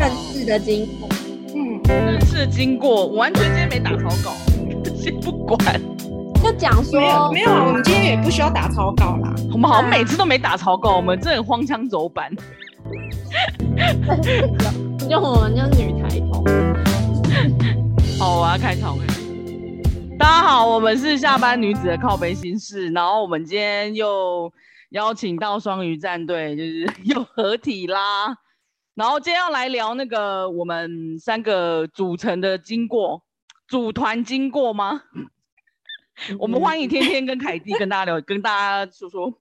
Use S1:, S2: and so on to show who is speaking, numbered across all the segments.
S1: 事的经过。
S2: 嗯，
S3: 真是经过，我完全今天没打草稿，先不管。
S1: 就讲说
S2: 没有没有啊，我们今天也不需要打草稿啦。
S3: 我们好像每次都没打草稿，我们真的荒腔走板。
S1: 就我们就女台头，
S3: 好，我要开场了。大家好，我们是下班女子的靠背心事，然后我们今天又邀请到双鱼战队，就是又合体啦。然后今天要来聊那个我们三个组成的经过，组团经过吗？我们欢迎天天跟凯蒂跟大家聊，跟大家说说。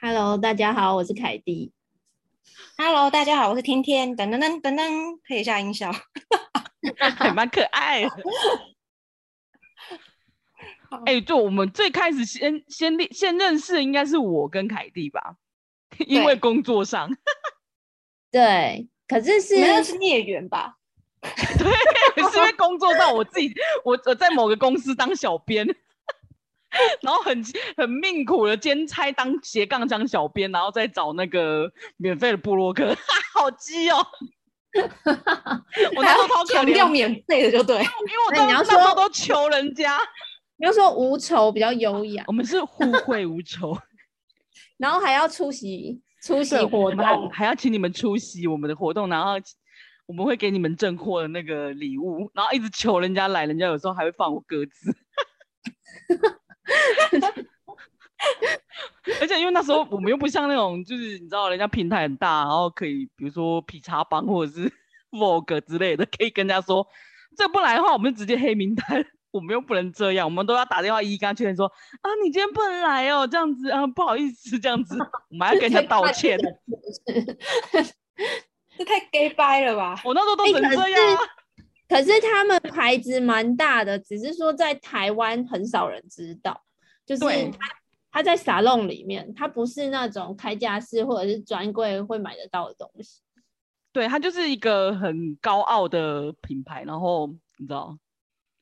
S1: Hello，大家好，我是凯蒂。
S2: Hello，大家好，我是天天。噔噔噔噔噔，配一下音效。
S3: 还蛮可爱的。哎、就我们最开始先先立先认识，应该是我跟凯蒂吧，因为工作 上，
S1: 对，可是是
S2: 你们那是孽缘 吧？
S3: 是因为工作上我自己，我我在某个公司当小编， 然后很很命苦的兼差当斜杠当小编，然后再找那个免费的部落客， 好 鸡哦！我那时候超可
S2: 强
S3: 怜，因为
S2: 调免费的就对。
S3: 我
S1: 那
S3: 都
S1: 你要
S3: 那时候
S1: 说
S3: 都求人家，
S1: 你要说无酬比较优雅
S3: 我，们是互惠无酬。
S1: 然后还要出席出席
S3: 对
S1: 活
S3: 我们还
S1: 动，
S3: 还要请你们出席我们的活动，然后我们会给你们正货的那个礼物，然后一直求人家来，人家有时候还会放我鸽子。 而且因为那时候我们又不像那种，就是你知道人家平台很大，然后可以比如说劈叉帮或者是 Vogue 之类的，可以跟人家说，这不来的话我们就直接黑名单。我们又不能这样，我们都要打电话一一跟他确认说啊，你今天不能来哦，这样子啊，不好意思，这样子，我们还要跟人家道歉。
S2: 这太 gay 掰了吧？
S3: 我那时候都
S1: 哎
S3: 成
S1: 可
S3: 这样啊，
S1: 可是他们牌子蛮大的，只是说在台湾很少人知道，就是
S3: 对
S1: 它它在沙龙里面，它不是那种开架式或者是专柜会买得到的东西。
S3: 对，它就是一个很高傲的品牌，然后你知道，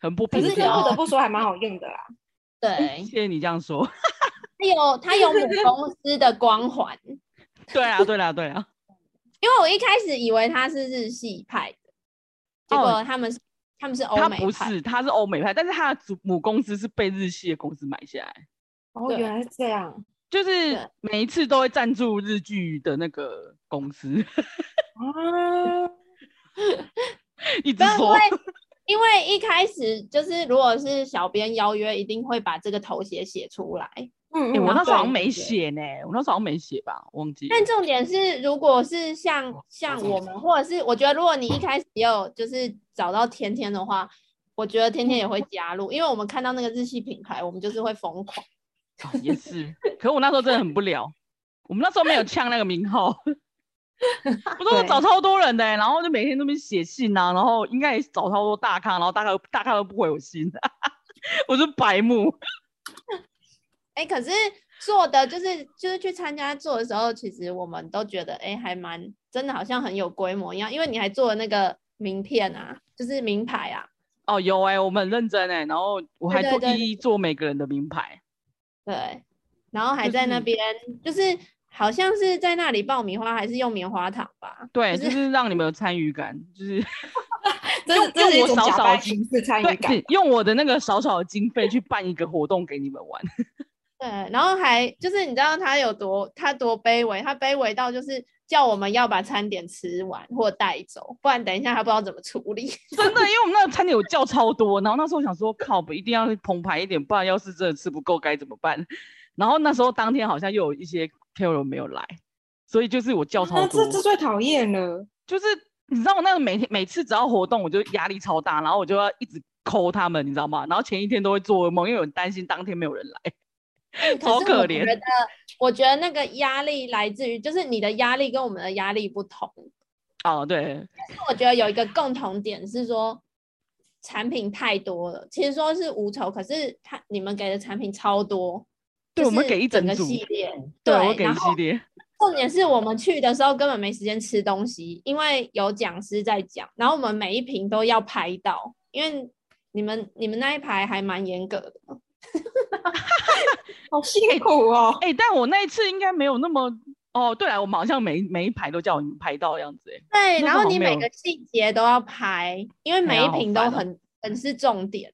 S3: 很不
S2: 可
S3: 平
S2: 是这
S3: 价
S2: 不。得不说还蛮好用的啦。
S1: 对，
S3: 谢谢你这样说。
S1: 它有它有母公司的光环，
S3: 对啊，对啊，对啊。
S1: 因为我一开始以为它是日系派的，结
S3: 哦
S1: 果他们是、他们是欧
S3: 它
S1: 美
S3: 不
S1: 派，
S3: 是，它是欧美派，但是它的主母公司是被日系的公司买下来，
S2: 哦，
S1: 对
S2: 原来是这样。
S3: 就是
S1: 对
S3: 每一次都会赞助日剧的那个公司，
S2: 啊，
S3: 一直
S1: 不是因
S3: 说
S1: 为。因为一开始就是，如果是小编邀约，一定会把这个头衔写出来。
S2: 嗯
S3: 哎诶我那时候好像
S2: 对
S3: 没
S2: 对
S3: 写呢，我那时候好像没写吧，忘记了。
S1: 但重点是，如果是
S3: 哦
S1: 像像我们，或者是我觉得，如果你一开始也有就是找到天天的话，我觉得天天也会加入，因为我们看到那个日系品牌，我们就是会疯狂。
S3: 哦也是，可我那时候真的很不了，我们那时候没有呛那个名号， 不是我
S2: 对
S3: 找超多人的欸、然后就每天都边写信啊，然后应该也找超多大咖，然后大咖大咖都不回我信， 我是白目，
S1: 哎、可是做的就是就是去参加做的时候，其实我们都觉得哎、还蛮真的，好像很有规模一样，因为你还做了那个名片啊，就是名牌啊，
S3: 哦有哎、我们很认真哎、然后我还
S1: 对
S3: 做
S1: 对对
S3: 一一做每个人的名牌，
S1: 对，然后还
S3: 就
S1: 在那
S3: 是
S1: 边就是好像是在那里爆米花，还是用棉花糖吧？
S3: 对，
S1: 就
S3: 就是是让你们有参与感，就是
S2: 这是
S3: 用
S2: 这是一
S3: 我
S2: 种
S3: 少
S2: 假
S3: 少
S2: 掰
S3: 的
S2: 形式参与
S3: 对
S2: 感。
S3: 是用我的那个少少的经费去办一个活动给你们玩，
S1: 对，然后还就是你知道他有多他多卑微，他卑微到就是叫我们要把餐点吃完或带走，不然等一下他不知道怎么处理。
S3: 真的，因为我们那个餐点有叫超多，然后那时候我想说，靠，我一定要澎湃一点，不然要是真的吃不够该怎么办？然后那时候当天好像又有一些 KOL 没有来，所以就是我叫超
S2: 那
S3: 多，
S2: 这这最讨厌了。
S3: 就是你知道我那个每天每次只要活动，我就压力超大，然后我就要一直抠他们，你知道吗？然后前一天都会做噩梦，因为我很担心当天没有人来。
S1: 可
S3: 好
S1: 是
S3: 可
S1: 我
S3: 怜
S1: 觉得，我觉得那个压力来自于就是你的压力跟我们的压力不同，
S3: 哦，对，
S1: 我觉得有一个共同点是说，产品太多了。其实说是无酬，可是他你们给的产品超多，
S3: 对
S1: 就
S3: 我们
S1: 是
S3: 给一整
S1: 个
S3: 组嗯
S1: 系列。
S3: 对
S1: 对，
S3: 我给
S1: 然
S3: 一
S1: 后
S3: 系列，
S1: 重点是我们去的时候根本没时间吃东西，因为有讲师在讲，然后我们每一瓶都要拍到，因为你们你们那一排还蛮严格的。
S2: 好辛苦哦。哦
S3: 哎哎、但我那一次应该没有那么哦，对了，我们好像每每一排都叫我们拍到的样子、欸，
S1: 对，
S3: 那
S1: 然
S3: 个
S1: 后
S3: 好
S1: 你
S3: 没
S1: 每
S3: 有
S1: 个细节都要拍，因为每
S3: 呀
S1: 一
S3: 好
S1: 瓶
S3: 烦
S1: 都
S3: 哦
S1: 很、很是重点。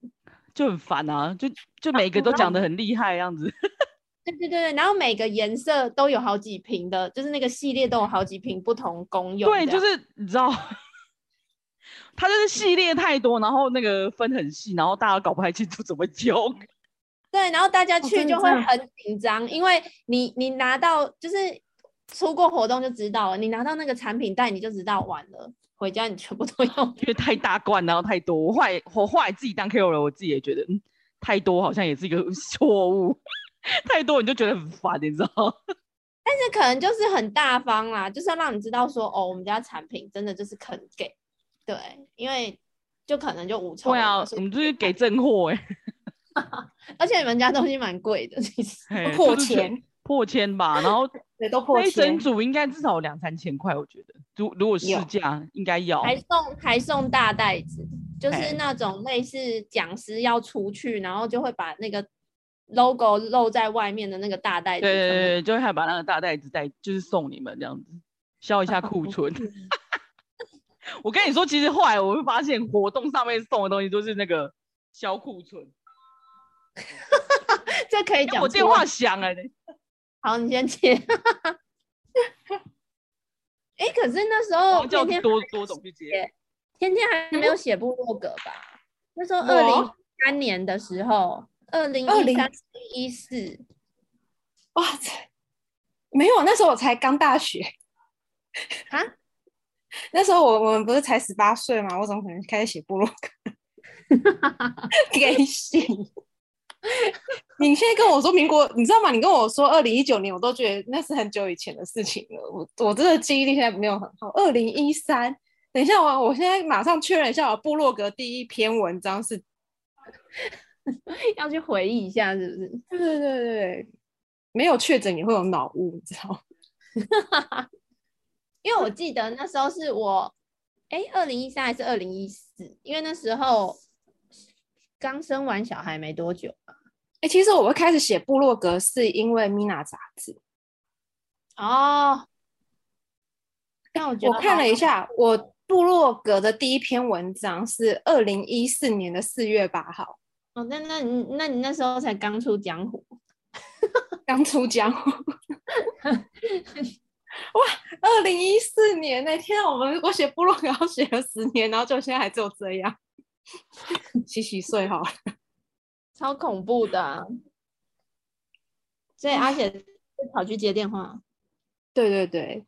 S3: 就很烦啊，就就每个都讲得很厉害的样子。
S1: 对对对，然后每个颜色都有好几瓶的，就是那个系列都有好几瓶不同功用这
S3: 对，
S1: 样。
S3: 就是你知道， 它就是系列太多，然后那个分很细，然后大家搞不太清楚怎么用。
S1: 对，然后大家
S3: 哦
S1: 去
S2: 真的
S1: 就会
S2: 这样
S1: 很紧张，因为你你拿到就是出过活动就知道了，你拿到那个产品袋你就知道完了，回家你全部都 用。
S3: 因为太大罐，然后太多。我后来我后来自己当 KOL，了我自己也觉得，嗯，太多好像也是一个错误， 太多你就觉得很烦，你知道吗？
S1: 但是可能就是很大方啦，就是要让你知道说哦，我们家产品真的就是肯给，对，因为就可能就无酬
S3: 对
S1: 了
S2: 哦
S1: 嘛，
S3: 啊，
S1: 所
S3: 我
S1: 以
S3: 们就是给正货哎、
S1: 而且你们家东西蛮贵的，其实。
S3: 欸，
S2: 破
S3: 就是
S2: 千，
S3: 破千吧，然后
S2: 对，都破
S3: 那一
S2: 千
S3: 整。组应该至少有两三千块，我觉得，如如果市
S2: 有
S3: 价应该要，
S1: 还送还送大袋子，就
S3: 哎
S1: 是那种类似讲师要出去，然后就会把那个 logo 露在外面的那个大袋
S3: 对
S1: 子。
S3: 对对，对，就还把那个大袋子带，就是送你们这样子，消一下库存。 我跟你说，其实后来我会发现，活动上面送的东西都是那个消库存。
S1: 这可以讲
S3: 我
S1: 出
S3: 电
S1: 来
S3: 话响了、欸，
S1: 好，你先接。 哎、可是那时
S3: 然
S1: 候
S3: 后叫
S1: 天天
S3: 多多总去接。
S1: 天天还没有写部落格吧？那时候二零
S2: 我
S1: 一三年的时候，二零一三
S2: 20
S1: 一四，
S2: 哇，这没有，那时候我才刚大学
S1: 啊。
S2: 那时候我我们不是才十八岁嘛，我怎么可能开始写部落格？ 给洗！你现在跟我说民国，你知道吗？你跟我说二零一九年，我都觉得那是很久以前的事情了。我我真的记忆力现在没有很好。二零一三，等一下我我现在马上确认一下，我部落格第一篇文章是，
S1: 要去回忆一下，是不是？
S2: 对对对对对，没有确诊也会有脑雾，你知道吗？
S1: 因为我记得那时候是我，哎，二零一三还是二零一四？因为那时候刚生完小孩没多久吧
S2: 哎、其实我会开始写部落格，是因为 Mina 杂志。
S1: 哦，但我觉得
S2: 我看
S1: 好
S2: 了一，下，我部落格的第一篇文章是二零一四年的四月八号，
S1: 哦，那那你那你那时候才刚出江湖，
S2: 刚出江湖。哇，二零一四年那、天啊，我们我写部落格要写了十年，然后就现在还只有这样，洗洗睡好了。
S1: 超恐怖的啊、所以阿姐跑去接电话，
S2: 对对对，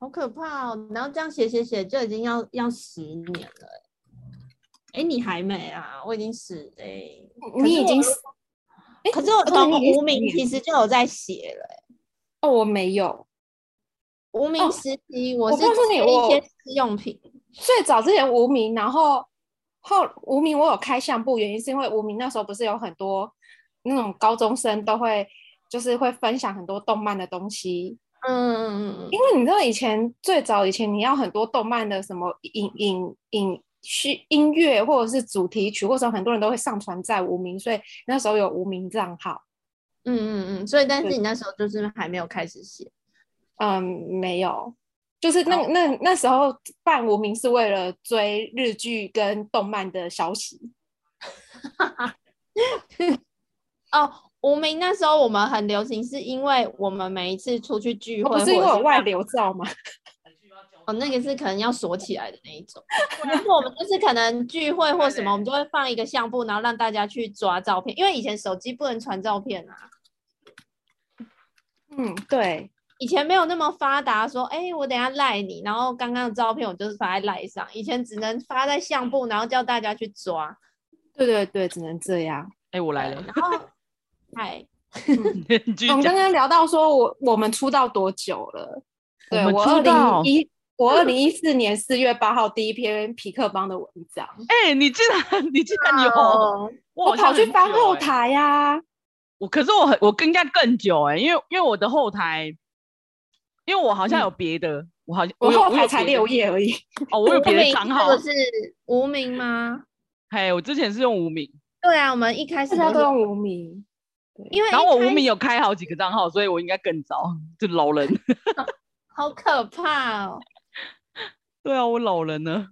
S1: 好可怕哦！然后这样写写写，就已经要要十年了欸。哎，你还没啊？我已经十哎、可
S2: 你
S1: 是
S2: 已经
S1: 我
S2: 是
S1: 可是我从
S2: 2014
S1: 无名
S2: 年
S1: 其实就有在写了欸、
S2: 哦，我没有。
S1: 无名时期我
S2: 哦我
S1: 是
S2: 告诉你
S1: 接
S2: 我
S1: 一些日用品，
S2: 最早之前无名，然后后无名我有开相簿，原因是因为无名那时候不是有很多那种高中生都会就是会分享很多动漫的东西，
S1: 嗯，
S2: 因为你知道以前最早以前你要很多动漫的什么影影影去音乐或者是主题曲，或者很多人都会上传在无名，所以那时候有无名账号。
S1: 嗯嗯嗯，所以但是
S2: 对
S1: 你那时候就是还没有开始写，
S2: 嗯，没有，就是那那那时候办无名是为了追日剧跟动漫的消息。
S1: 哦，无名那时候我们很流行，是因为我们每一次出去聚
S2: 我
S1: 会，
S2: 哦不是因为
S1: 或者
S2: 有外
S1: 干
S2: 流照吗？
S1: 哦，那个是可能要锁起来的那一 种。但是我们就是可能聚会或什么，我们就会放一个相簿，然后让大家去抓照片，因为以前手机不能传照片啊，
S2: 嗯，对，
S1: 以前没有那么发达，说哎、我等一下赖你，然后刚刚的照片我就是发在赖上，以前只能发在相簿，然后叫大家去抓。
S2: 对对对，只能这样。
S3: 哎、我来了，
S1: 然后，哎，
S3: 你继
S2: 哦
S3: 续讲
S2: 我们刚。刚聊到说我我们出道多久了？对
S3: 我们
S2: 我
S3: 出
S2: 二
S3: 道
S2: 零一我二零一四年四月八号第一篇皮克邦的文章，
S3: 哎、你竟然你竟然有，
S1: 哦
S3: 我
S2: 啊
S3: 好
S2: 我
S3: 像
S2: 跑去
S3: 很
S2: 翻
S3: 久
S2: 后
S3: 欸。
S2: 台呀、
S3: 我可是我很我更加更久哎、因为因为我的后台，因为我好像有别的，我好像
S2: 嗯我
S3: 有
S2: 后台
S3: 有
S2: 才
S3: 别的
S2: 六页而已。
S3: 哦，我有别
S1: 无
S3: 的
S1: 名
S3: 账
S1: 这
S3: 号
S1: 个，是无名吗？
S3: 嘿，我之前是用无名，
S1: 对啊，我们一开始
S2: 大家
S1: 都
S2: 都
S1: 是
S2: 用无名，
S1: 因 为
S3: 然后我
S1: 一开
S3: 无名有开好几个账号，所以我应该更早， 就老人。
S1: 好可怕哦，
S3: 对啊，我老人了。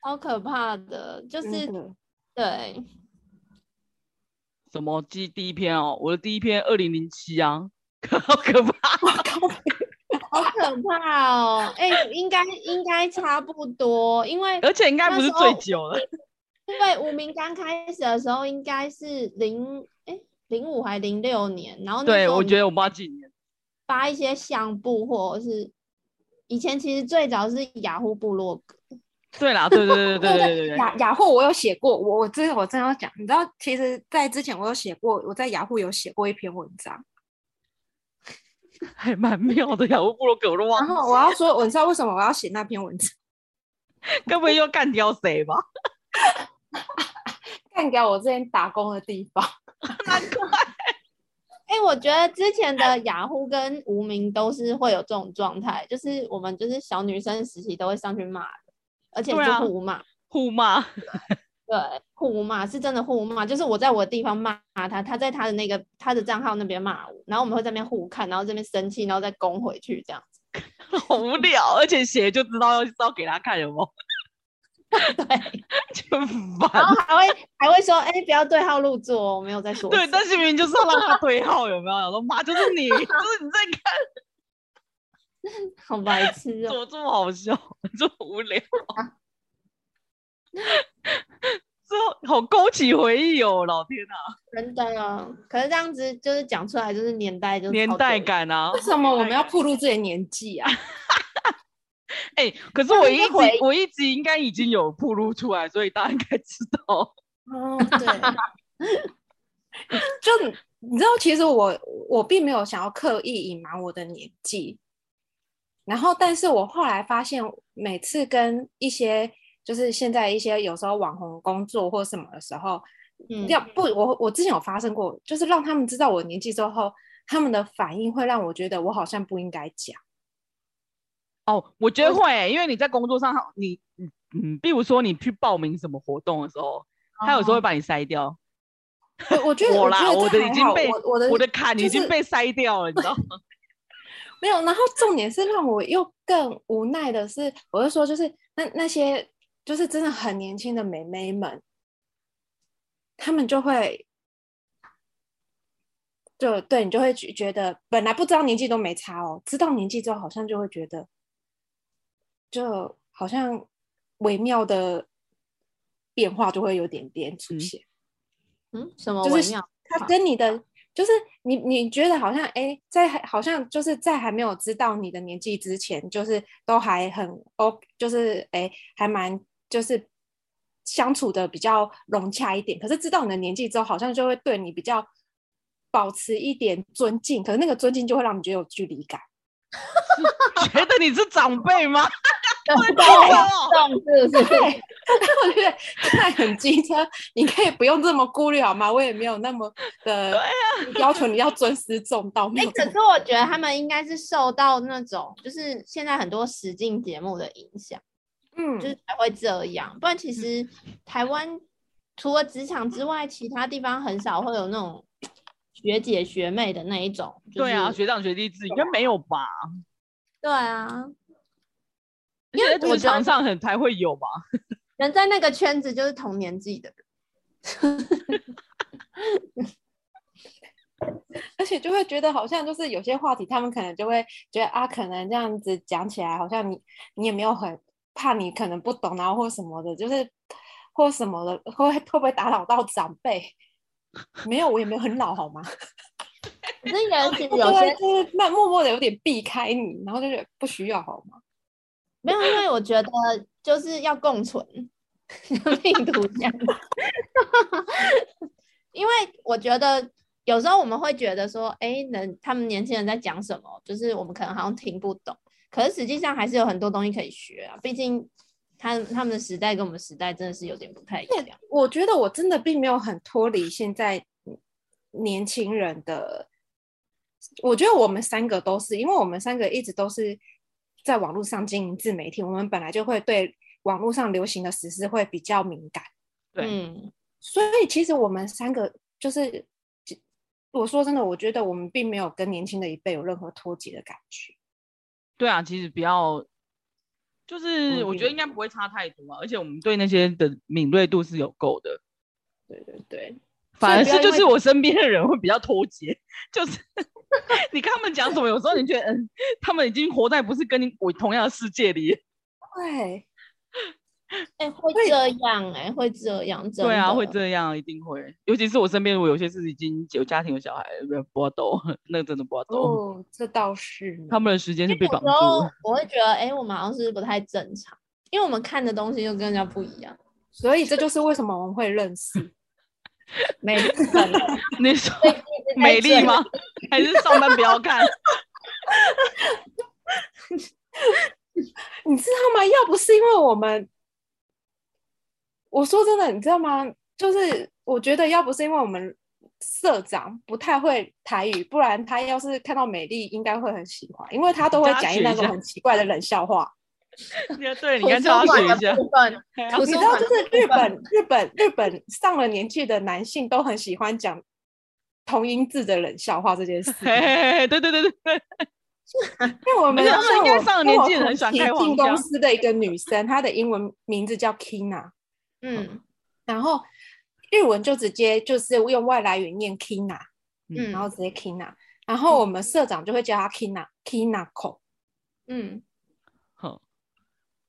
S1: 好可怕的，就
S2: 真
S1: 是
S3: 嗯
S2: 的
S1: 对，
S3: 什么？记第一篇哦，我的第一篇二零零七啊， 好可怕。
S1: 好可怕哦，哎、应该应该差不多，因为
S3: 而且应该不是
S1: 那时
S3: 最
S1: 候
S3: 久了，
S1: 因为无名刚开始的时候应该是零哎零五还零六年，然后那
S3: 对
S1: 时候
S3: 我
S1: 你
S3: 觉得我不知道几 年。
S1: 发一些相簿或者是以前其实最早是雅虎部落格，
S3: 对啦，对对对对对对对对，
S2: 雅雅虎我有写过，我我这我真的要讲，你知道，其实，在之前我有写过，我在雅虎有写过一篇文章，
S3: 还蛮妙的呀。我部落格我都忘
S2: 然
S3: 了，
S2: 后我要说，我知道为什么我要写那篇文章，
S3: 该不会又干掉谁吧？
S2: 干掉我之前打工的地方。
S1: 哎、我觉得之前的雅虎跟无名都是会有这种状态，就是我们就是小女生时期都会上去骂的，而且
S3: 对
S1: 就
S3: 啊
S1: 互骂，
S3: 互骂，
S1: 对,、互骂是真的互骂，就是我在我的地方骂他，他在他的那个他的账号那边骂我，然后我们会在那边互看，然后这边生气，然后再攻回去这样子。
S3: 好无聊，而且写就知道要是要给他看，有没有？ 对，就很
S1: 然
S3: 烦
S1: 后。还会还会说，哎、不要对号入座哦，我没有在说
S3: 对，
S1: 谁
S3: 但是明明就是要让他对号，有没有？我说妈，就是你，就是你在看，
S1: 好白痴
S3: 怎
S1: 哦、
S3: 么这么好笑， 这么无聊，
S1: 啊
S3: 这好勾起回忆哦，老天啊，
S1: 真的啊。可是这样子就是讲出来，就是年代就是
S3: 年
S1: 超
S3: 代
S1: 久
S3: 感啊
S2: 为！什么我们要暴露自己的年纪啊？
S3: 哎、可是
S1: 那
S3: 我
S1: 是
S3: 一
S1: 一个
S3: 直
S1: 回忆
S3: 我一直应该已经有铺露出来，所以大家应该知道。
S2: 哦，对， 就你知道，其实我我并没有想要刻意隐瞒我的年纪，然后但是我后来发现，每次跟一些就是现在一些有时候网红工作或什么的时候，
S1: 嗯
S2: 要不我我之前有发生过，就是让他们知道我的年纪之后，他们的反应会让我觉得我好像不应该讲。
S3: 哦，我觉得会、因为你在工作上，你嗯嗯，比如说你去报名什么活动的时候，他有
S1: 啊
S3: 时候会把你筛掉。
S2: 我我觉得
S3: 我
S2: 觉
S3: 啦，
S2: 得
S3: 我
S2: 这
S3: 的已
S2: 还
S3: 经
S2: 好
S3: 被
S2: 我我的
S3: 我的坎已
S2: 就
S3: 经
S2: 是
S3: 被筛掉了，你知道吗？
S2: 没有，然后重点是让我又更无奈的是，我就说就是那那些就是真的很年轻的美眉们，她们就会就对你就会觉觉得本来不知道年纪都没差哦，知道年纪之后好像就会觉得，就好像微妙的变化就会有点点出
S3: 嗯
S2: 现。
S1: 嗯什么
S2: 就是
S1: 微妙？
S2: 他
S1: 好
S2: 跟你的就是你你觉得好像哎、诶在还好像就是在还没有知道你的年纪之前，就是都还很 O，就是哎、诶还蛮就是相处的比较融洽一点。可是知道你的年纪之后，好像就会对你比较保持一点尊敬，可是那个尊敬就会让你觉得有距离感。
S3: 觉得你是长辈吗？
S1: 对
S3: 哦
S1: 动是不是？
S2: 对，我觉得太很机车，你可以不用这么顾虑好吗？我也没有那么的要求你要尊师重道。没
S1: 啊哎、
S2: 有这嗯
S1: 可是我觉得他们应该是受到那种，就是现在很多实境节目的影响，
S2: 嗯，
S1: 就是才会这样。不然其实台湾除了职场之外，其他地方很少会有那种学姐学妹的那一种。就是、
S3: 对啊，学长学弟制应该没有吧？
S1: 对啊，
S3: 而
S1: 因为
S3: 且在
S1: 我
S3: 职
S1: 觉得
S3: 场上很才会有吧？
S1: 人在那个圈子就是同年纪的人。
S2: 而且就会觉得好像就是有些话题，他们可能就会觉得啊，可能这样子讲起来，好像你你也没有很怕你可能不懂，然后或什么的，就是或什么的，会会不会打扰到长辈？ 没有，我也没有很老，好吗？
S1: 可 是也许有
S2: 就会
S1: 些
S2: 就是慢默默的有点避开你，然后就觉得不需要，好吗？
S1: 没有，因为我觉得就是要共存， 病毒这样。因为我觉得有时候我们会觉得说，哎，人他们年轻人在讲什么，就是我们可能好像听不懂，可是实际上还是有很多东西可以学啊。毕竟他他们的时代跟我们时代真的是有点不太一样。
S2: 我觉得我真的并没有很脱离现在年轻人的。我觉得我们三个都是，因为我们三个一直都是在网络上经营自媒体，我们本来就会对网络上流行的时事会比较敏感，
S3: 对
S1: 嗯，
S2: 所以其实我们三个就是我说真的，我觉得我们并没有跟年轻的一辈有任何脱节的感觉。
S3: 对啊，其实不要，就是
S2: 嗯
S3: 我觉得应该不会差太多啊，而且我们对那些的敏锐度是有够的，
S2: 对对对，
S3: 反而
S1: 所以
S3: 是
S1: 不要因
S3: 就
S1: 为
S3: 是我身边的人会比较脱节，就是 你看他们讲什么，有时候你觉得嗯，他们已经活在不是跟你我同样的世界里，
S2: 对，
S1: 哎、会
S2: 所以
S1: 这样哎、会这样，真
S3: 对啊，
S1: 的
S3: 会这样，一定会，尤其是我身边我有些是已经有家庭有小孩了，不要不要抖，那个真的不要抖，
S2: 哦，这倒是呢。
S3: 他们的时间是被
S1: 有
S3: 绑
S1: 时候
S3: 住，
S1: 我会觉得，哎、我们好像是不太正常，因为我们看的东西就跟人家不一样。
S2: 所以这就是为什么我们会认识。
S1: 美丽本 来
S3: 你说
S1: 就是
S3: 美
S1: 在
S3: 丽
S1: 这
S3: 吗？还是上班不要看？
S2: 你知道吗？要不是因为我们，我说真的，你知道吗？就是我觉得要不是因为我们社长不太会台语，不然他要是看到美丽，应该会很喜欢，因为他都会
S3: 大家
S2: 讲
S3: 学一
S2: 那种
S3: 下
S2: 很奇怪的冷笑话。
S3: 你对，你
S1: 图
S3: 该
S1: 书
S3: 叫他
S1: 馆
S3: 学一
S1: 的
S3: 下。
S1: 部分，
S3: 对啊
S1: 图
S2: 你
S1: 书
S2: 知道，
S1: 馆
S2: 就是日
S1: 部分
S2: 本、日本、日本上了年纪的男性都很喜欢讲同音字的冷笑话这件事。
S3: 嘿嘿嘿，对对对对对，
S2: 因为我们
S3: 而且他们
S2: 像
S3: 应该
S2: 我
S3: 上了
S2: 跟
S3: 年
S2: 我
S3: 纪的
S2: 同
S3: 很喜欢
S2: 期
S3: 开黄
S2: 进
S3: 腔
S2: 公司的一个女生，她的英文名字叫 Kina，
S1: 嗯
S2: 然后日文就直接就是用外来语念 Kina，
S1: 嗯，
S2: 然后直接 Kina，然后我们社长就会叫她 Kina，Kina 口，
S1: 嗯，
S3: 好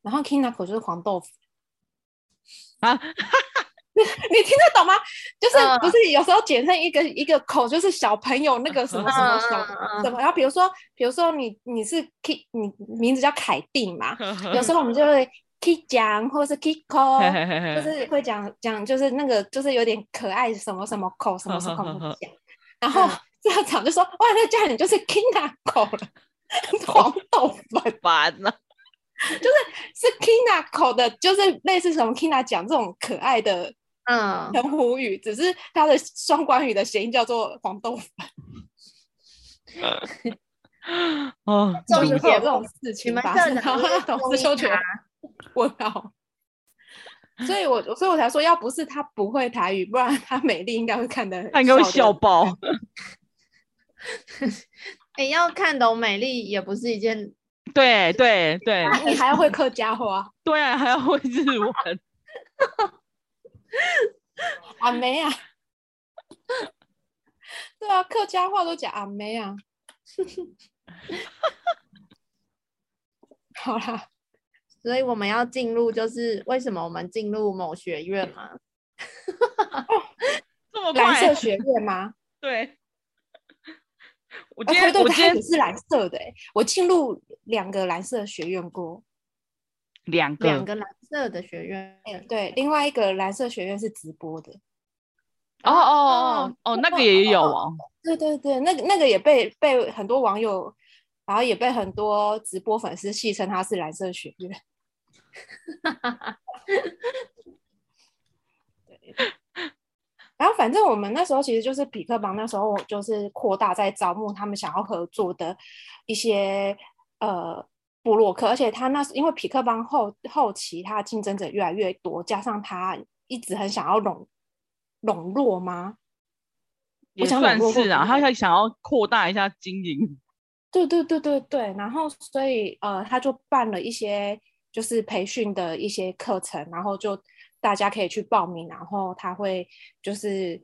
S2: 然后 Kina 口就是黄豆腐。
S3: 啊，
S2: 你听得懂吗？就是
S1: 嗯
S2: 不是有时候简称一个一个口，就是小朋友那个什么什么小
S1: 嗯嗯嗯
S2: 什么，然后比如说比如说你你是 K，你名字叫凯 蒂嘛，有
S3: 嘿
S2: 时候我们就会 K 讲或者 是 Kiko，
S3: 嘿嘿
S2: 就
S3: 嘿，
S2: 是会讲讲就是那个就是有点可爱什么什么口什么什么
S3: 呵呵呵
S2: 口
S3: 呵
S2: 讲，然后
S3: 嗯
S2: 社长就说哇，那这样你就是 Kina 口 了。黄豆粉
S3: 烦呐。
S2: 是 Kina 口的，就是类似什么 Kina 讲这种可爱的
S1: 嗯，
S2: 澎湖语，只是它的双关语的谐音叫做黄豆粉，
S3: 哦，
S1: 终
S2: 就
S1: 于
S2: 是
S1: 解
S2: 会有这
S1: 惑
S2: 种事
S1: 你
S2: 情
S1: 们
S2: 发
S1: 社
S2: 生。
S1: 长
S2: 然后
S1: 是
S2: 董事
S1: 中医
S2: 就觉得 问号，所以我所以我才说，要不是他不会台语，不然他美丽应该会看得很
S3: 他应该会
S2: 笑
S3: 笑
S2: 得。
S3: 爆。
S1: 哎、要看懂美丽也不是一件，
S3: 对对对
S2: 你还要会客家话
S3: 对啊，还要会日文。
S2: 阿妹啊？ 对啊，客家话都讲阿妹啊。 好啦，
S1: 所以我们要进入就是为什么我们进入某学院嘛？
S3: 这么
S2: 蓝色
S3: 快？
S2: 学院吗？
S3: 对。我今天
S2: 哎，对对，
S3: 我今
S2: 它
S3: 天
S2: 也是蓝色的、欸。我进入两个蓝色学院过，
S3: 两
S1: 两
S3: 个
S1: 个蓝色的学院，
S2: 哎、对，另外一个蓝色学院是直播的。
S3: 哦哦哦哦，那个也有哦。
S2: 对对对，那个那个也被被很多网友，然后也被很多直播粉丝戏称它是蓝色学院。然后反正我们那时候其实就是匹克帮，那时候我就是扩大在招募他们想要合作的一些呃布洛克，而且他那时因为匹克帮后后期他的竞争者越来越多，加上他一直很想要笼笼络吗？
S3: 也
S2: 我想
S3: 算
S2: 冷落
S3: 是啊，
S2: 过
S3: 他想要扩大一下经营，
S2: 对对对对对，然后所以呃，他就办了一些就是培训的一些课程，然后就大家可以去报名，然后他会就是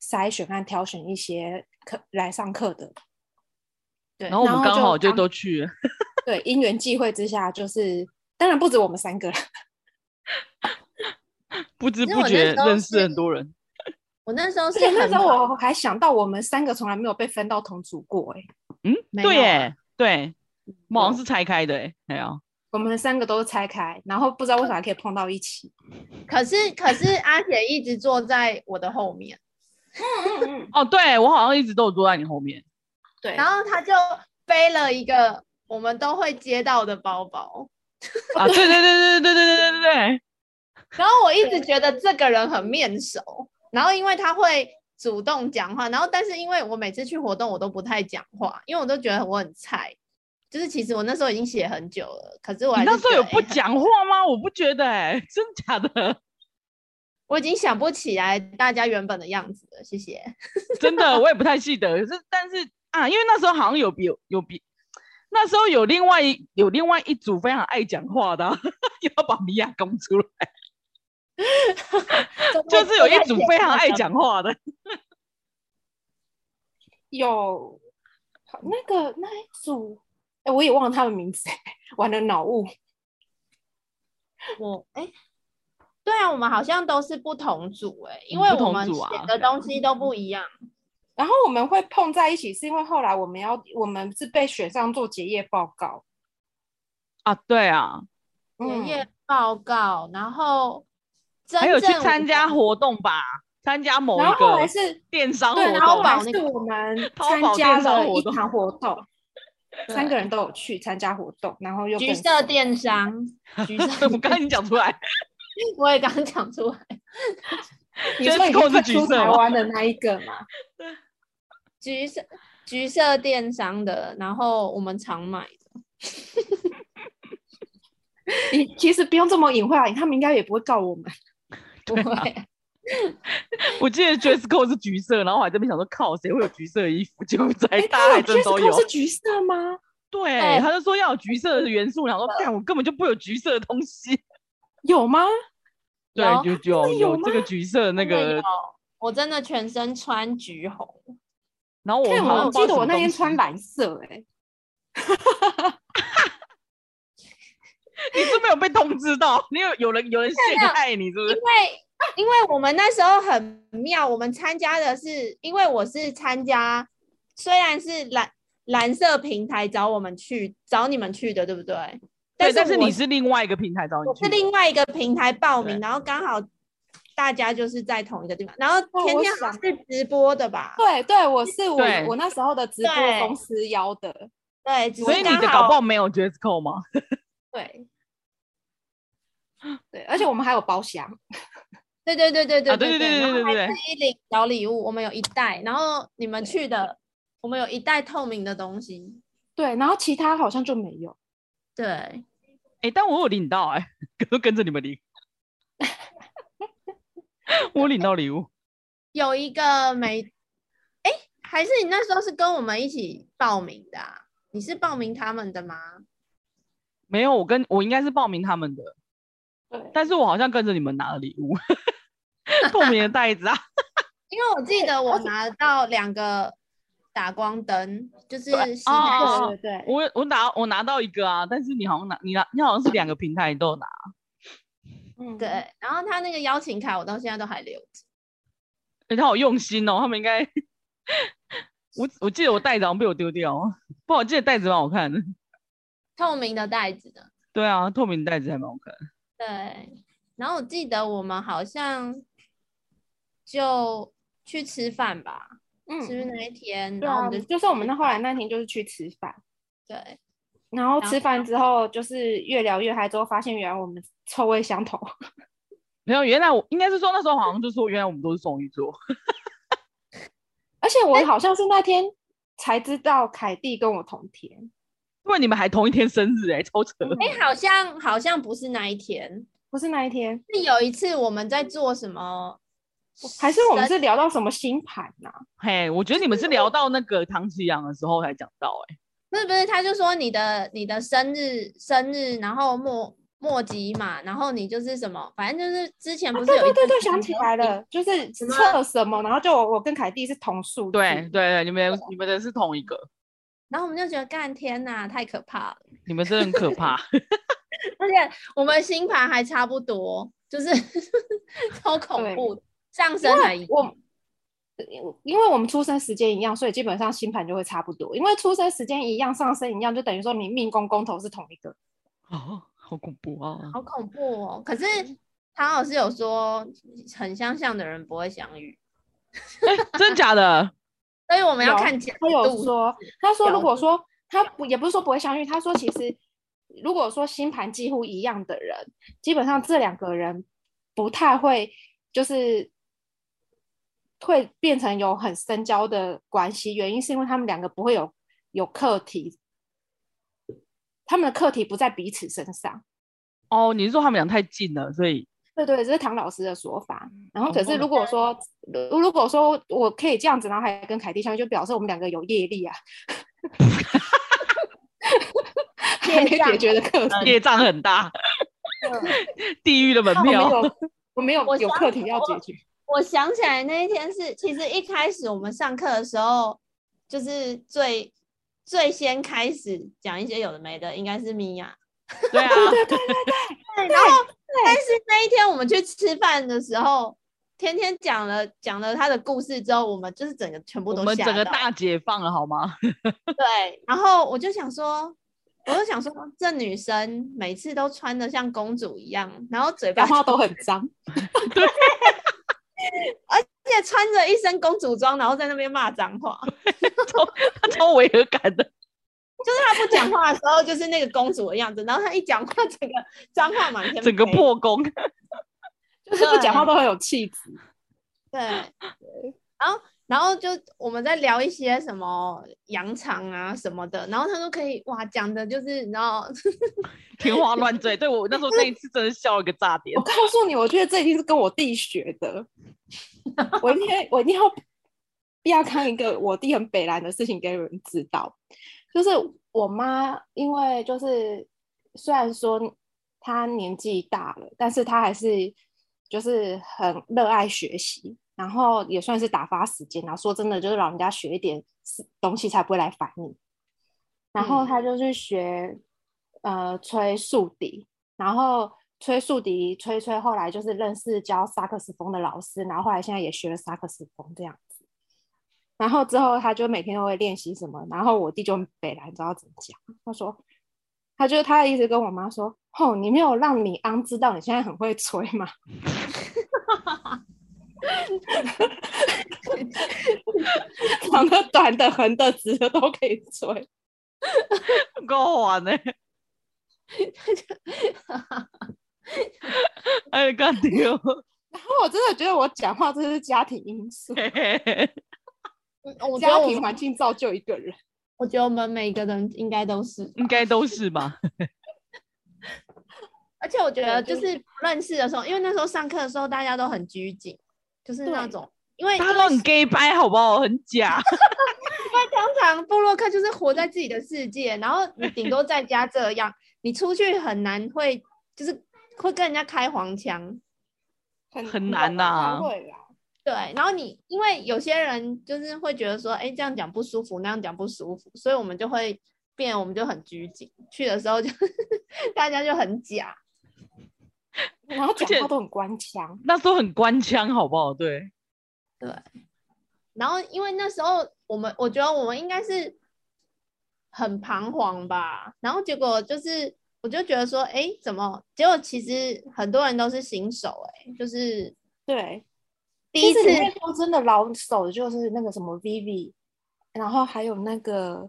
S2: 筛选和挑选一些课来上课的。
S1: 对
S3: 然后我们
S2: 然后
S3: 刚
S2: 就
S3: 好就
S2: 刚
S3: 都去了，
S2: 对，因缘际会之下，就是当然不止我们三个了，
S3: 不知
S1: 其实
S3: 不
S1: 我那
S3: 觉
S1: 时候
S3: 认识
S1: 是
S3: 很多人。
S1: 我那时候
S2: 而
S1: 是
S2: 且那
S1: 很
S2: 时候我还想到我们三个从来没有被分到同组过、欸，哎，
S3: 嗯，
S1: 没
S3: 对
S1: 有啊
S3: 耶，对，我好像
S2: 有
S3: 是拆开的哎，没有，
S2: 我们三个都是拆开，然后不知道为啥可以碰到一起。
S1: 可是可是阿姐一直坐在我的后面，
S2: 嗯嗯 嗯，
S3: 哦，对我好像一直都有坐在你后面，
S2: 对。
S1: 然后她就背了一个我们都会接到的包包，
S3: 啊，对对对对对对对对对 对，
S1: 然后我一直觉得这个人很面熟，然后因为他会主动讲话，然后但是因为我每次去活动我都不太讲话，因为我都觉得我很菜，就是其实我那时候已经写很久了，可是我还
S3: 你
S1: 是
S3: 那时候
S1: 觉哎
S3: 有
S1: 得
S3: 不欸
S1: 哎
S3: 讲话吗？我不觉得哎，真假的，
S1: 我已经想不起来大家原本的样子了。谢谢。
S3: 真的，我也不太记得。可是，但是啊，因为那时候好像有比有比，那时候有另外一有另外一组非常爱讲话的、啊， 又要把米娅供出来， 就是有一组非常 爱讲话的。
S2: 有那个那一组，哎、我也忘了他们名字， 玩的脑雾。
S1: 我哎、对啊，我们好像都是不同组哎、因为
S3: 不
S1: 我
S3: 同
S1: 们
S3: 组啊
S1: 写的东西都不一样。
S2: 然后我们会碰在一起，是因为后来我们要我们是被选上做结业报告。
S3: 啊，对啊，
S1: 结
S2: 嗯，
S1: 业报告，然后真
S3: 还有去
S1: 正
S3: 参加活动吧，参加某
S2: 然
S3: 一
S2: 后后
S3: 个
S2: 来 是
S3: 电商活
S2: 对，然
S3: 动
S2: 后后来
S1: 淘宝
S2: 是
S1: 那个
S2: 我们
S3: 淘
S2: 参
S3: 宝
S2: 加
S3: 电商
S2: 了
S3: 活
S2: 一
S3: 动
S2: 堂活动，
S1: 对
S2: 三个人都有去参加活动，然后又
S1: 橘
S2: 跟
S1: 色电 商，橘色
S3: 我刚刚已经讲出来，
S1: 我也刚讲出来，
S2: 你
S3: 觉得
S2: 说你
S3: 扣是
S2: 退
S3: 橘
S2: 出
S3: 色
S2: 台
S3: 吗
S2: 湾的那一个嘛，
S1: 橘色橘色电商的，然后我们常买的，
S2: 你其实不用这么隐晦啊，他们应该也不会告我们。
S1: 不
S3: 啊
S1: 会，
S3: 我记得 dress code 是橘色，然后我还在那边想说，靠，谁会有橘色的衣服？结果在
S2: 哎，
S3: 大家还
S2: 他
S3: 真
S2: 们
S3: 都
S2: dress
S3: 有
S2: code。是橘色吗？
S3: 对，
S1: 哎
S3: 他就说要有橘色的元素，然后但我根本就不会有橘色的东西。
S2: 有吗？
S3: 对，
S1: 有哎
S3: 就就
S2: 真的有
S3: 有这个橘色的那
S1: 真的
S3: 个
S1: 有，我真的全身穿橘红，
S3: 然后我
S2: 看
S3: 好
S2: 我
S3: 像
S2: 记
S3: 不知道
S2: 得我
S3: 什么
S2: 那天
S3: 东西
S2: 穿，蓝色，哎，
S3: 你是没有被通知到，你有有人有人陷害你是不
S1: 因
S3: 是？
S1: 为啊因为我们那时候很妙，我们参加的是，因为我是参加，虽然是蓝蓝色平台找我们去找你们去的，对不对？
S3: 对，
S1: 是
S3: 但是
S1: 我
S3: 你是另外一个平台找你
S1: 我
S3: 去
S1: 是
S3: 的，
S1: 另外一个平台报
S3: 对
S1: 名，然后刚好大家就是在同一个地方，然后
S2: 哦
S1: 天
S2: 我
S1: 天好像
S2: 想
S1: 是直播的吧？
S2: 对对，我是我
S3: 对
S2: 我那时候的直播
S1: 对
S2: 公司邀的，
S1: 对，只
S3: 所以
S1: 是
S3: 你的
S1: 刚
S3: 搞不
S1: 好
S3: 好没有 dress code 吗？
S2: 对对，而且我们还有包厢，
S1: 对对对对对
S3: 啊，
S1: 对
S3: 对对对对对对
S1: 然后还自己领小礼物，我们有一袋，然后你们去的，我们有一袋透明的东西，
S2: 对，然后其他好像就没有。
S1: 对，
S3: 哎，但我有领到哎， 跟跟着你们领，我领到礼物，
S1: 有一个没，哎，还是你那时候是跟我们一起报名的、啊？你是报名他们的吗？
S3: 没有，我跟我应该是报名他们的，
S2: 对，
S3: 但是我好像跟着你们拿了礼物， 透明的袋子啊，
S1: 因为我记得我拿到两个打光灯，就是吸
S3: 哦
S1: 带
S3: 哦
S1: 式
S3: 哦
S2: 对对对，
S3: 我我拿我拿到一个啊，但是你好像拿你拿你好像是两个平台都有拿，
S2: 嗯，
S1: 对，然后他那个邀请卡我到现在都还留着。
S3: 人家好用心哦，他们应该， 我我记得我袋子好像被我丢掉，哦不过我记得袋子蛮好看的，
S1: 透明的袋子的。
S3: 对啊，透明袋子还蛮好看的，
S1: 对，然后我记得我们好像就去吃饭吧，是不是
S2: 嗯，
S1: 那一天？
S2: 对
S1: 然后
S2: 啊
S1: 我们，就
S2: 就是我们那后来那天就是去吃饭。
S1: 对，
S2: 然后
S1: 然
S2: 吃饭之后，就是越聊越嗨，之后发现原来我们臭味相投。
S3: 没有，原来我应该是说那时候好像就说原来我们都是双鱼座，
S2: 而且
S1: 哎
S2: 我好像是那天才知道凯蒂跟我同天，
S3: 因为你们还同一天生日哎、超扯，
S2: 嗯
S1: 哎，好像好像不是那一天，
S2: 不是那一天，
S1: 是有一次我们在做什么？
S2: 还是我们是聊到什么星盘啊呐、
S3: 嘿，我觉得你们是聊到那个唐奇阳的时候才讲到哎、
S1: 不是不是，他就说你的你的生日生日，然后末末吉嘛，然后你就是什么，反正就是之前不是有
S2: 啊对
S1: 一
S2: 对对对，
S1: 阵子
S2: 想起来了，就是测什么，然后就我跟凯蒂是同数字
S3: 对对对，你们你们的是同一个，
S1: 然后我们就觉得干天呐，太可怕了。
S3: 你们真的很可怕。
S1: 而且我们星盘还差不多，就是 超恐
S2: 对
S1: 怖的，上升还一样
S2: 我因为我们出生时间一样，所以基本上星盘就会差不多。因为出生时间一样，上升一样，就等于说你命宫宫头是同一个。
S3: 哦，好恐怖啊！
S1: 好恐怖哦。可是唐老师有说，很相像的人不会相遇，
S3: 哎真假的？
S1: 所以我们要
S2: 有
S1: 看角
S2: 他有
S1: 度。
S2: 说，他说
S1: 角
S2: 如果说他不也不是说不会相遇，他说其实如果说星盘几乎一样的人，基本上这两个人不太会就是会变成有很深交的关系，原因是因为他们两个不会有有课题，他们的课题不在彼此身上。
S3: 哦，你是说他们俩太近了，所以
S2: 对对，这是唐老师的说法。然后可是如果说，如如果说我可以这样子，然后还跟凯蒂相遇，就表示我们两个有业力啊。 还没解决的课题，
S3: 业障很大， 地狱的门
S2: 我没
S3: 票。
S2: 有，我没有
S1: 我
S2: 有
S1: 想
S2: 课题要解决。
S1: 我想起来那一天是，其实一开始我们上课的时候，就是最最先开始讲一些有的没的，应该是米娅。
S3: 对啊，
S1: 对，然后但是那一天我们去吃饭的时候，天天讲了讲了他的故事之后，我们就是整个全部
S3: 我
S1: 都
S3: 们
S1: 吓
S3: 整个
S1: 到
S3: 大解放了好吗？
S1: 对，然后我就想说。我就想说，这女生每次都穿的像公主一样，然后嘴巴
S2: 讲话都很脏，
S1: 而且穿着一身公主装，然后在那边骂脏 话。
S3: 超违和感的，
S1: 就是她不讲话的时候，就是那个公主的样子，然后她一讲话，整个脏话满天飞。
S3: 整个破功。
S2: 就是不讲话都很有气质。
S1: 对，然后然后就我们在聊一些什么羊肠啊什么的，然后她都可以哇讲的，就是你知道，
S3: 天花乱坠。对我那时候那一次真的笑了个炸点
S2: 我，告诉你，我觉得这一定是跟我弟学的。我一定会我一定要必要看一个我弟很北蓝的事情给人知道，就是我妈，因为就是虽然说她年纪大了，但是她还是就是很热爱学习，然后也算是打发时间。然后说真的，就是老人家学一点事东西才不会来烦你。然后她就去学、呃吹竖笛，然后吹竖笛吹吹，后来就是认识教萨克斯风的老师，然后后来现在也学了萨克斯风这样子。然后之后他就每天都会练习什么，然后我弟就很北来，你知道怎么讲？他说，他就他一直跟我妈说，哦，你没有让你昂知道你现在很会吹嘛。 长的、短的、横的、直的都可以吹。
S3: 够好玩呢、欸。哎，干丢！
S2: 然后我真的觉得我讲话这是家庭因素，
S3: 嘿嘿嘿
S1: 嗯我觉
S2: 家
S1: 得我
S2: 庭
S1: 们
S2: 环境造就一个人。
S1: 我觉得我们每个人应该都是，
S3: 应该都是吧？
S1: 而且我觉得
S2: 对
S1: 就
S2: 就是
S1: 是不认识的时候，因为那时候上课的时候大家都很拘谨，就是那
S2: 对
S1: 种。因为因
S3: 大
S1: 为
S3: 家都很 gay 掰，好不好？很假，
S1: 通常布洛克就是活在自己的世界，然后你顶多在家这样，你出去很难会就是会跟人家开黄腔，
S2: 很
S3: 很难
S1: 啊
S3: 呐
S2: 会啊啦。
S1: 对，然后你因为有些人就是会觉得说，哎，这样讲不舒服，那样讲不舒服，所以我们就会变，我们就很拘谨。去的时候就 大家就很假，
S2: 然后
S3: 且
S2: 讲话都很官腔，
S3: 那时候很官腔，好不好？对，
S1: 然后因为那时候我们，我觉得我们应该是很彷徨吧。然后结果就是，我就觉得说，哎，怎么？结果其实很多人都是新手、诶哎，就是
S2: 对。
S1: 第一
S2: 其
S1: 次
S2: 实里面说真的老手的就是那个什么 Vivi，然后还有那个，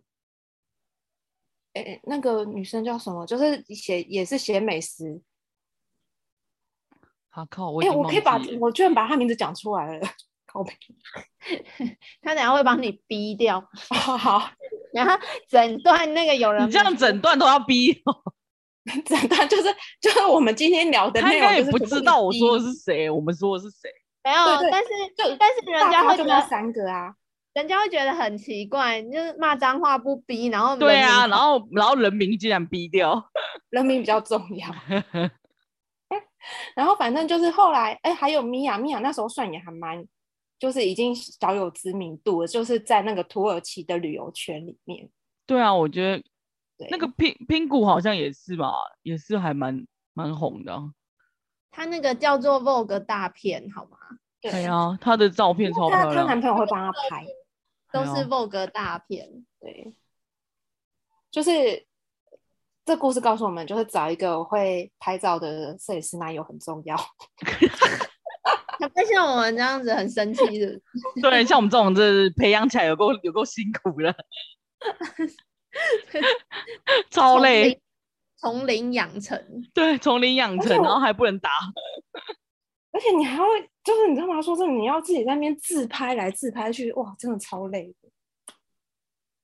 S2: 诶、那个女生叫什么？就是写也是写美食。
S3: 啊靠！我
S2: 哎、
S3: 哎、
S2: 我可以把我居然把她名字讲出来了，靠背。
S1: 他等下会把你逼掉，
S2: 好哦好，
S1: 然后整段那个有人
S3: 你这样整段都要逼，哦
S2: 整段就是就是我们今天聊的
S3: 他
S2: 内
S3: 应
S2: 容
S3: 该也
S2: 就是
S3: 不
S2: 全部
S3: 知
S2: 一
S3: 道我
S2: 一
S3: 说的是谁，我们说的是谁。
S1: 没有，
S2: 对对
S1: 但是
S2: 就
S1: 但是人
S2: 大
S1: 家
S2: 家
S1: 会
S2: 就
S1: 觉
S2: 那
S1: 得。
S2: 三个啊，
S1: 人家会觉得很奇怪，就是骂脏话不逼，然后
S3: 对
S1: 人
S3: 啊，
S1: 民
S3: 然后然后人名竟然逼掉，
S2: 人民比较重要。然后反正就是后来，哎，还有米娅，米娅那时候算也还蛮，就是已经小有知名度了，就是在那个土耳其的旅游圈里面。
S3: 对啊，我觉得
S2: 对，
S3: 那个拼拼谷好像也是吧，也是还蛮蛮红的啊、
S1: 他那个叫做 Vogue 大片，好吗？
S2: 对
S3: 对啊，她的照片超
S2: 她
S3: 漂
S2: 她
S3: 亮。
S2: 男朋友会帮她拍，
S1: 都
S3: 哎
S1: 是
S3: 呦
S1: Vogue 大片，
S2: 对，就是这故事告诉我们，就是找一个会拍照的摄影师男友很重要。
S1: 他不会像我们这样子很生气的。
S3: 对，像我们这种，这培养起来有够有够辛苦 了，超
S1: 从
S3: 累。
S1: 零，从零养成，
S3: 对，从零养
S2: 而
S3: 成，
S2: 且我
S3: 然后还不能打，
S2: 而且你还会，就是你知道吗？说真的，你要自己在那边自拍来自拍去，哇，真的超累的。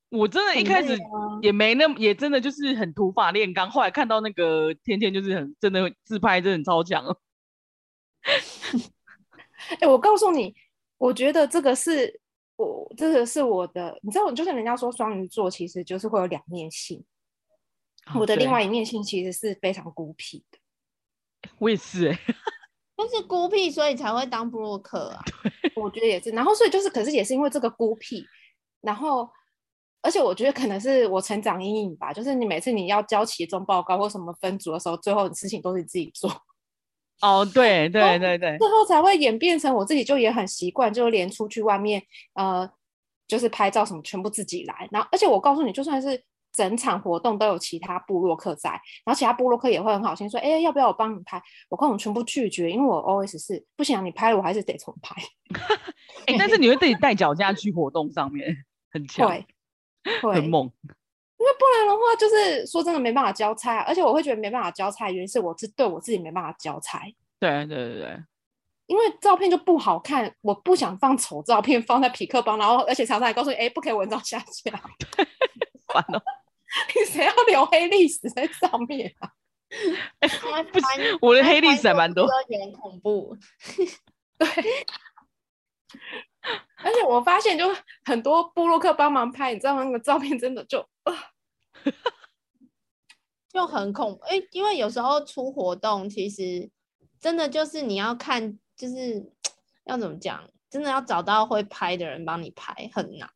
S3: 我真的一
S2: 很
S3: 开
S2: 累啊
S3: 始也没那么，也真的就是很 土法炼钢。后来看到那个天天，就是很真的自拍，真的很超强。
S2: 哎、我告诉你，我觉得这个是我这个是我的，你知道，就是人家说双鱼座其实就是会有两面性，
S3: 哦
S2: 我的另外一面性其实是非常孤僻的。
S3: 我也是、欸，
S1: 但是孤僻，所以才会当布洛克 啊。
S2: 我觉得也是。然后所以就是，可是也是因为这个孤僻，然后而且我觉得可能是我成长阴影吧，就是你每次你要交期中报告或什么分组的时候，最后事情都是自己做，
S3: 哦，对对对对，
S2: 最后才会演变成我自己就也很习惯，就连出去外面呃就是拍照什么全部自己来。然后而且我告诉你，就算是。整场活动都有其他部落客在，然后其他部落客也会很好心说：“哎、要不要我帮你拍？”我跟我们全部拒绝，因为我 always 是不行、啊，你拍了我还是得重拍。
S3: 哎、但是你会自己带脚架去活动上面，很强，
S2: 会会，
S3: 很
S2: 因为
S3: 猛。
S2: 不然的话，就是说真的没办法交差、啊而且我会觉得没办法交差，原因是我是对我自己没办法交差，
S3: 对对对对，
S2: 因为照片就不好看，我不想放丑照片放在匹克邦，然后而且常常还告诉你，哎、不可以文章下架，
S3: 烦哦、
S2: 你谁要留黑历史在上面啊？
S1: 不是
S3: 我的黑历史还蛮多。
S1: 有点恐怖。
S2: 而且我发现，就很多部落客帮忙拍，你知道吗？那个照片真的就
S1: 就很恐怖，哎、因为有时候出活动，其实真的就是你要看，就是要怎么讲，真的要找到会拍的人帮你拍很难，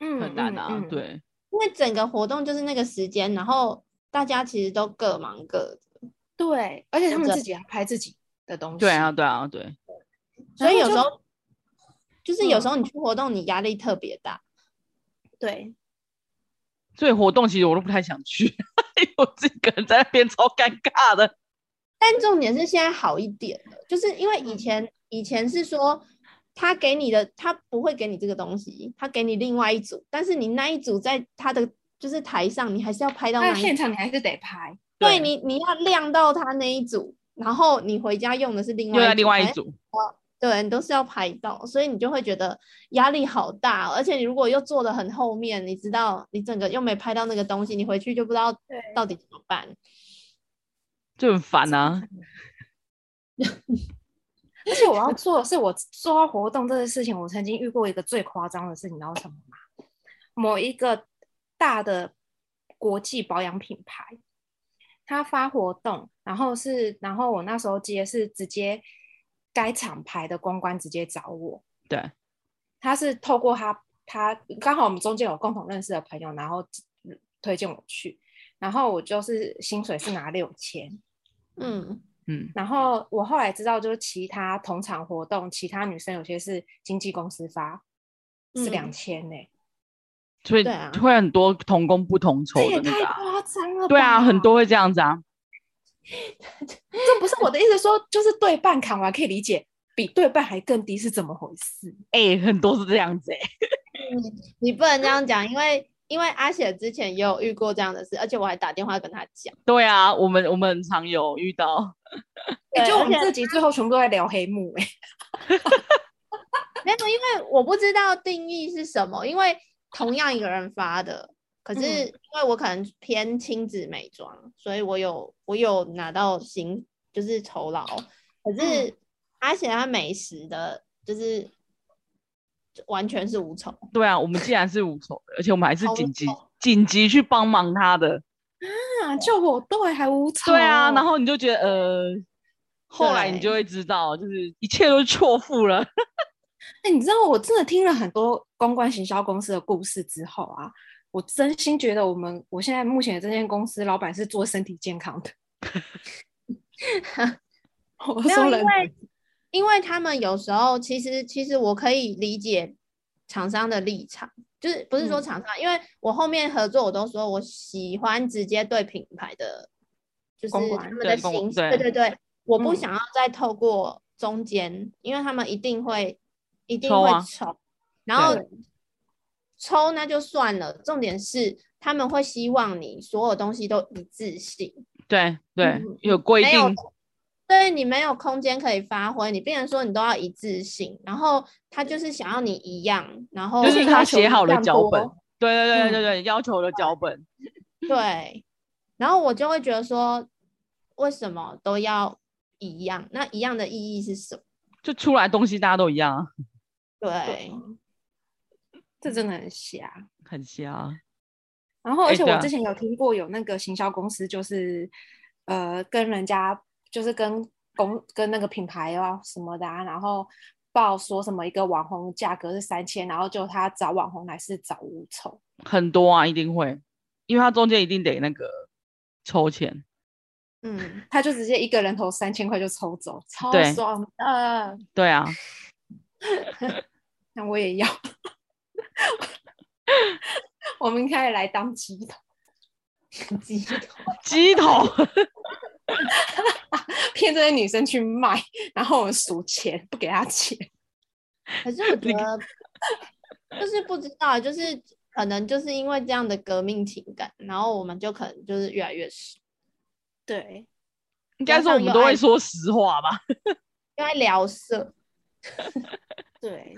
S2: 嗯
S3: 很难啊，，对，
S1: 因为整个活动就是那个时间，然后大家其实都各忙各的，
S2: 对，而且他们
S1: 真的
S2: 自己还拍自己的东西，
S3: 对啊，对啊，对，
S1: 所以有
S2: 然后
S1: 时
S2: 就
S1: 候就是有
S2: 嗯
S1: 时候你去活动，你压力特别大。
S2: 对，
S3: 所以活动其实我都不太想去， 因为我自己一个人在那边超尴尬的。
S1: 但重点是现在好一点了，就是因为以前以前是说他给你的，他不会给你这个东西，他给你另外一组，但是你那一组在他的就是台上，你还是要拍到那
S2: 那
S1: 一
S2: 现
S1: 组，
S2: 场你还是得拍，
S1: 对你你要亮到他那一组，然后你回家用的是另
S3: 又
S1: 外
S3: 在另外
S1: 反
S3: 一
S1: 正
S3: 组，
S1: 对你都是要拍到，所以你就会觉得压力好大哦，而且你如果又坐的很后面，你知道你整个又没拍到那个东西，你回去就不知道
S2: 对
S1: 到底怎么办。
S3: 就很烦啊。
S2: 而且我要做的是，我做到活动这个事情，我曾经遇过一个最夸张的事情，你知道什么吗？某一个大的国际保养品牌，它发活动，然后是，然后我那时候接是直接该厂牌的公关直接找我，
S3: 对，
S2: 他是透过他他刚好我们中间有共同认识的朋友，然后推荐我去，然后我就是薪水是拿六千，
S1: 嗯，
S3: 嗯，
S2: 然后我后来知道，就是其他同场活动，其他女生有些是经纪公司发，
S1: 嗯
S2: 是两千呢，
S3: 所以
S1: 对啊
S3: 会很多同工不同酬
S2: 这也
S3: 的那
S2: 太
S3: 个、啊。
S2: 夸张了吧？
S3: 对啊，很，多会这样子啊。
S2: 这不是我的意思说，就是对半砍我还可以理解，比对半还更低是怎么回事？
S3: 哎、很多是这样子哎、
S1: 你不能这样讲，因为因为阿雪之前也有遇过这样的事，而且我还打电话跟她讲，
S3: 对啊，我们我们很常有遇到，
S2: 也
S1: 对
S2: 欸就我们
S1: 而且
S2: 这集最后全部都在聊黑幕哎，
S1: 没有，因为我不知道定义是什么，因为同样一个人发的，可是
S2: 嗯
S1: 因为我可能偏亲子美妆，所以我有我有拿到薪，就是酬劳，可是阿雪她美食的，就是完全是无酬，
S3: 对啊，我们既然是无酬的，而且我们还是
S1: 好
S3: 紧急
S1: 丑
S3: 紧急去帮忙他的，
S2: 啊，救火队还无仇，
S3: 对啊，然后你就觉得呃，后来你就
S1: 对
S3: 会知道，就是一切都是错付了。
S2: 哎、你知道我真的听了很多公关行销公司的故事之后啊，我真心觉得我们我现在目前的这间公司老板是做身体 健康的。我
S1: 没有，
S2: 说
S1: 因
S2: 人
S1: 为因为他们有时候其实其实我可以理解厂商的立场，就是不是说
S2: 嗯
S1: 厂商，因为我后面合作我都说我喜欢直接对品牌的，就是
S2: 公
S1: 他
S2: 关
S1: 们
S3: 对
S1: 的
S3: 公
S1: 形式，
S3: 对
S1: 对对对，我不
S2: 嗯
S1: 想要再透过中间，因为他们一定会一定
S3: 抽
S1: 会
S3: 啊
S1: 抽，然后
S2: 对
S1: 抽那就算了，重点是他们会希望你所有东西都一致性。
S3: 对对
S1: 嗯，
S3: 有规
S1: 没有
S3: 定，，
S1: 对你没有空间可以发挥，你变成说你都要一致性，然后他就是想要你一样，然后
S3: 就是他
S2: 要求
S3: 写
S2: 一
S3: 好了
S2: 样
S3: 脚本
S2: 多，嗯
S3: 对对对对对，要求的脚本，
S1: 对，然后我就会觉得说，为什么都要一样，那一样的意义是什么？
S3: 就出来东西大家都一样啊，
S1: 对，
S2: 这真的很瞎。
S3: 很瞎。啊
S2: 然后，而
S3: 哎
S2: 且
S3: 对
S2: 我
S3: 啊
S2: 之前有听过有那个行销公司，就是呃跟人家就是跟公跟那个品牌啊什么的啊，然后报说什么一个网红价格是三千，然后就他找网红来是找无酬，
S3: 很多啊，一定会，因为他中间一定得那个抽钱，
S1: 嗯，
S2: 他就直接一个人头三千块就抽走，超
S3: 对
S2: 爽的。
S3: 对啊，
S2: 那我也要， 我们可以来当鸡头，
S1: 鸡头，
S3: 鸡头
S2: 骗这些女生去卖，然后我们数钱，不给她钱。
S1: 可是我觉
S3: 你
S1: 得就是不知道，就是可能就是因为这样的革命情感，然后我们就可能就是越来越熟，
S2: 对，
S3: 应该说我们都会说实话吧？
S1: 因为聊色，
S2: 对，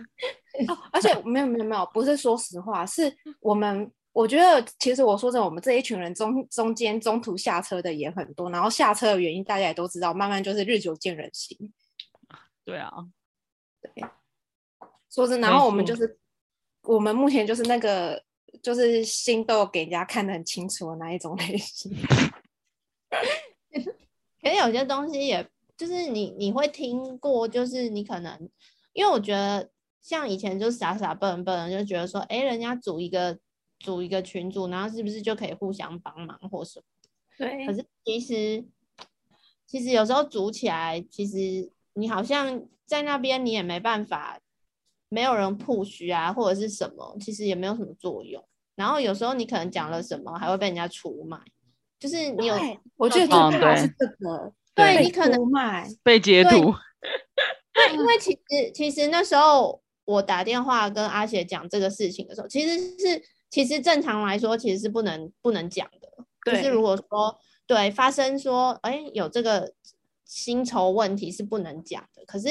S2: 哦、而 且没有没有没有，不是说实话，是我们我觉得其实我说真的，我们这一群人中中间中途下车的也很多，然后下车的原因大家也都知道，慢慢就是日久见人心。
S3: 对啊，
S2: 说真的，然
S3: 没
S2: 后我们就
S3: 错
S2: 是我们目前就是那个就是心都给人家看得很清楚的那一种 类型。
S1: 可是有些东西也就是你你会听过，就是你可能因为我觉得像以前就傻傻笨笨的，就觉得说，哎，人家组一个组一个群组，然后是不是就可以互相帮忙或什么？
S2: 对
S1: 可是其实，其实有时候组起来，其实你好像在那边你也没办法，没有人 push 啊，或者是什么，其实也没有什么作用。然后有时候你可能讲了什么，还会被人家出卖，就是你有
S2: 对，我觉得
S3: 嗯
S2: 最怕
S3: 对
S2: 是这个，
S1: 对
S2: 被
S1: 你可能
S2: 出卖，
S3: 被截
S1: 对
S3: 图，
S1: 对，因为其实其实那时候我打电话跟阿雪讲这个事情的时候，其实是其实正常来说其实是不能不能讲的，就是
S2: 对
S1: 如果说对发生说，哎，有这个薪酬问题是不能讲的。可是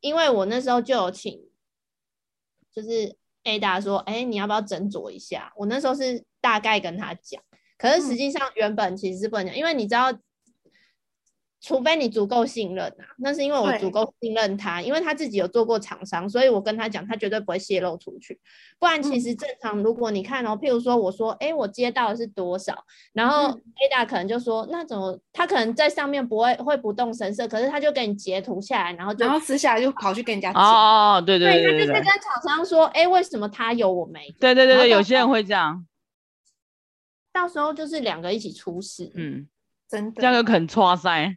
S1: 因为我那时候就有请，就是 Ada 说，哎，你要不要斟酌一下？我那时候是大概跟他讲，可是
S2: 嗯
S1: 实际上原本其实是不能讲，因为你知道。除非你足够信任啊，那是因为我
S2: 对
S1: 足够信任他，因为他自己有做过厂商，所以我跟他讲，他绝对不会泄露出去。不然其
S2: 嗯
S1: 实正常，如果你看哦，譬如说我说，哎，我接到的是多少，然后
S2: 嗯
S1: Ada 可能就说，那怎么他可能在上面不会会不动声色，可是他就给你截图下来，然后就
S2: 然后私下就跑去跟人家
S3: 哦
S2: 讲，
S3: 哦，哦对对
S1: 他
S3: 对
S1: 就是
S3: 对
S1: 跟
S3: 对。
S1: 厂商说，哎，为什么他有我没有？
S3: 对对对
S1: 然后
S3: 对，有
S1: 到
S3: 些人会这样，
S1: 到时候就是两个一起出事，
S3: 嗯，
S2: 真的
S3: 这样就肯戳塞，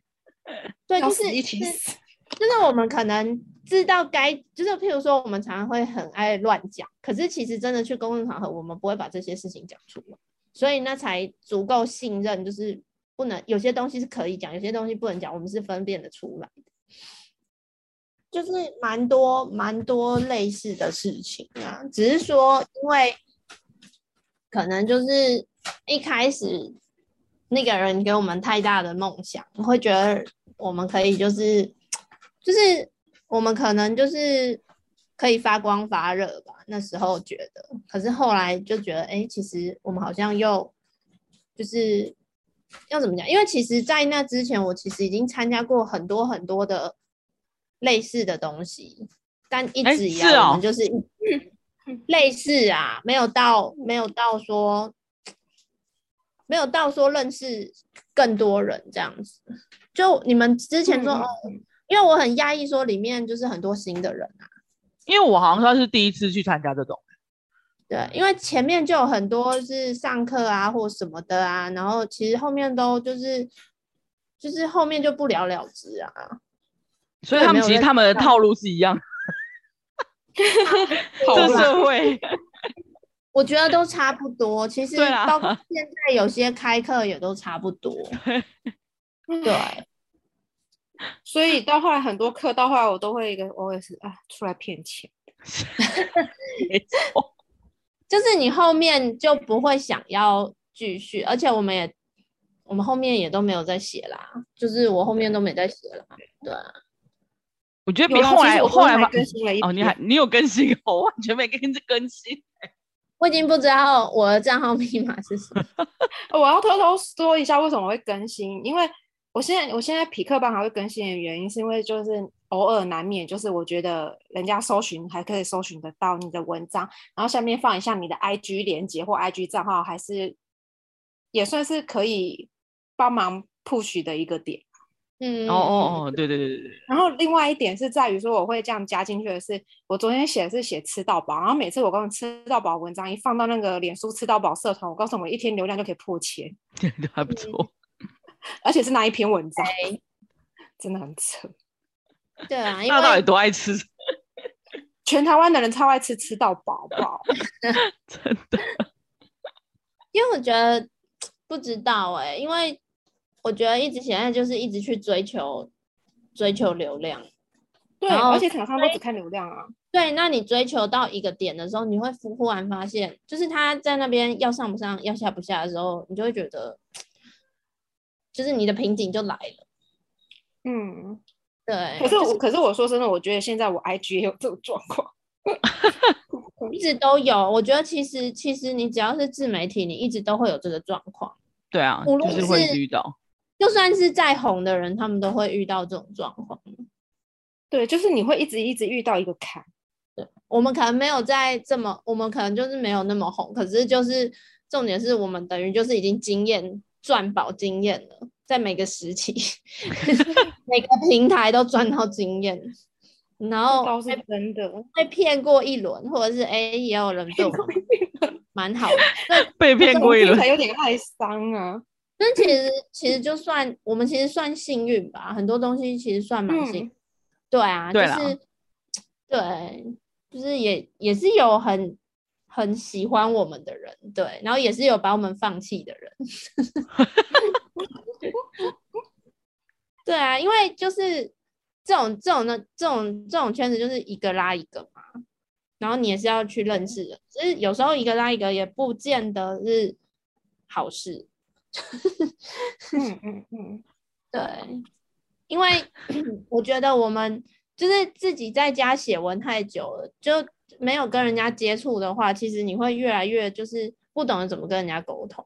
S1: 对，
S2: 要
S1: 就
S2: 死
S1: 是
S2: 一起
S1: 就是
S2: 死。
S1: 就是我们可能知道该，就是譬如说我们常常会很爱乱讲，可是其实真的去公众场合，我们不会把这些事情讲出来，所以那才足够信任，就是不能有些东西是可以讲，有些东西不能讲，我们是分辨得出来的。就是蛮多蛮多类似的事情啊，只是说因为可能就是一开始那个人给我们太大的梦想，我会觉得我们可以就是就是我们可能就是可以发光发热吧，那时候觉得，可是后来就觉得，哎、其实我们好像又就是要怎么讲？因为其实，在那之前，我其实已经参加过很多很多的类似的东西，但一
S3: 诶
S1: 直以
S3: 是
S1: 来
S3: 哦
S1: 我们就是一直类似啊，没有到没有到说没有到说认识更多人这样子。就你们之前说、
S2: 嗯嗯
S1: 哦，因为我很压抑，说里面就是很多新的人啊，
S3: 因为我好像算是第一次去参加这种，
S1: 对，因为前面就有很多是上课啊或什么的啊，然后其实后面都就是就是后面就不了了之啊，
S3: 所以
S1: 对
S3: 他
S1: 没
S3: 们
S1: 有
S3: 其实
S1: 认
S3: 他们的
S1: 识到
S3: 套路是一样，
S2: 好
S3: 这
S2: 啦
S3: 社会
S1: 我觉得都差不多。其实
S3: 对啦
S1: 包括现在有些开课也都差不多，对，
S2: 所以到后来很多课，到后来我都会一个，我也是啊，出来骗钱。
S1: 就是你后面就不会想要继续，而且我们也我们后面也都没有再写啦，就是我后面都没再写啦，对啊。
S3: 我觉得比
S2: 有啦
S3: 后
S2: 其实
S3: 来
S2: 我
S3: 后来
S2: 还
S3: 发
S2: 更新了一
S3: 哦，你
S2: 篇
S3: 还你有更新 哦，我完全没跟着更新。
S1: 我已经不知道我的账号密码是什么。
S2: 我要偷偷说一下为什么会更新，因为我现在我现在匹克帮还会更新的原因，是因为就是偶尔难免，就是我觉得人家搜寻还可以搜寻得到你的文章，然后下面放一下你的 IG 连接或 IG 账号，还是也算是可以帮忙 push 的一个点。
S1: 嗯，
S3: 哦哦哦，对对对对对，
S2: 然后另外一点是在于说，我会这样加进去的是，我昨天写的是写吃到饱，然后每次我告诉你吃到饱文章一放到那个脸书吃到饱社团，我告诉你我一天流量就可以破千，
S3: 这个还不错。
S2: 而且是那一篇文章，真的很扯。
S1: 对啊，因
S3: 那到底
S1: 为
S3: 多爱吃？
S2: 全台湾的人超爱吃吃到饱，好不 好？
S3: 真的，
S1: 因为我觉得不知道哎、因为我觉得一直现在就是一直去追求追求流量。
S2: 对，
S1: 然后
S2: 而且厂商都只看流量啊。
S1: 对，那你追求到一个点的时候，你会忽忽然发现，就是他在那边要上不上，要下不下的时候，你就会觉得，就是你的瓶颈就来了。
S2: 嗯，
S1: 对，
S2: 可是我，可是我说真的，我觉得现在我 IG 也有这种状况。
S1: 一直都有。我觉得其实其实你只要是自媒体，你一直都会有这个状况。
S3: 对啊，
S1: 无
S3: 就
S1: 论
S3: 是会
S1: 是
S3: 遇到。
S1: 就算是再红的人，他们都会遇到这种状况。
S2: 对，就是你会一直一直遇到一个坎。
S1: 我们可能没有在这么，我们可能就是没有那么红，可是就是重点是我们等于就是已经经验赚饱经验了，在每个时 期、每个平台都赚到经验，然
S2: 倒
S1: 后被
S2: 是真的，
S1: 被骗过一轮，或者是哎、也有人对我们蛮好的，
S3: 被骗过一轮
S2: 才，有点哀伤啊。
S1: 但其实其实就算我们其实算幸运吧，很多东西其实算蛮幸运。
S2: 嗯，
S1: 对啊，
S3: 对
S1: 就
S3: 啦
S1: 是对，就是也也是有很很喜欢我们的人，对，然后也是有把我们放弃的人。 对啊，因为就是这种这种的这种这种圈子就是一个拉一个嘛，然后你也是要去认识人，只是有时候一个拉一个也不见得是好事。
S2: 嗯嗯嗯，
S1: 对，因为 我觉得我们就是自己在家写文太久了，就没有跟人家接触的话，其实你会越来越就是不懂得怎么跟人家沟通，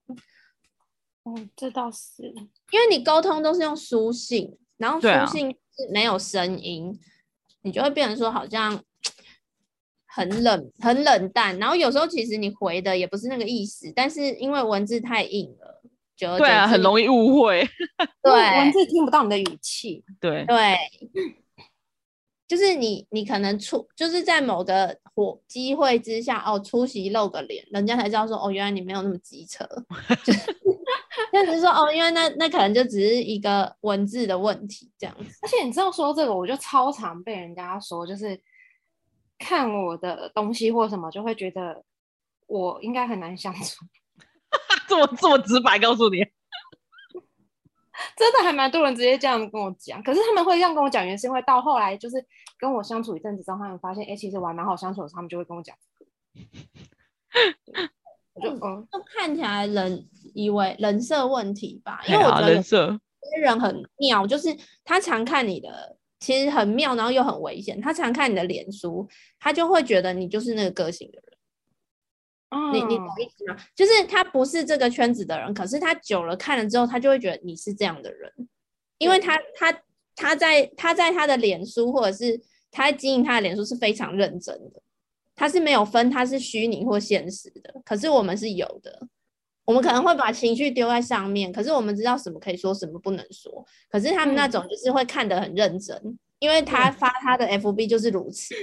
S2: 哦，这倒是。
S1: 因为你沟通都是用书信，然后
S3: 对啊
S1: 书信是没有声音，你就会变成说好像很冷很冷淡，然后有时候其实你回的也不是那个意思，但是因为文字太硬了，久而
S3: 对啊，
S1: 久
S3: 很
S1: 之
S3: 容易误会。
S1: 对
S2: 文字听不到你的语气。
S3: 对，
S1: 对，就是你你可能出就是在某个火机会之下哦，出席露个脸，人家才知道说哦，原来你没有那么机车，就是那只是说哦，因为那那可能就只是一个文字的问题这样子。
S2: 而且你知道说这个，我就超常被人家说，就是看我的东西或什么，就会觉得我应该很难相处。
S3: 这么这么直白告诉你，
S2: 真的还蛮多人直接这样跟我讲，可是他们会这样跟我讲，原因是因为到后来就是跟我相处一阵子之后，他们发现，哎、其实我还蛮好相处的，他们就会跟我讲 这个。我就嗯，
S1: 就看起来人以为人设问题吧， 因
S3: 对
S1: 为我觉
S3: 啊，
S1: 得有
S3: 人设
S1: 些人很妙，就是他常看你的，其实很妙，然后又很危险。他常看你的脸书，他就会觉得你就是那个个性的人。
S2: 嗯
S1: 你你懂意思吗？就是他不是这个圈子的人，可是他久了看了之后，他就会觉得你是这样的人，因为他他他在他在他的脸书或者是他在经营他的脸书是非常认真的，他是没有分他是虚拟或现实的，可是我们是有的。我们可能会把情绪丢在上面，可是我们知道什么可以说，什么不能说。可是他们那种就是会看得很认真，因为他发他的 FB 就是如此，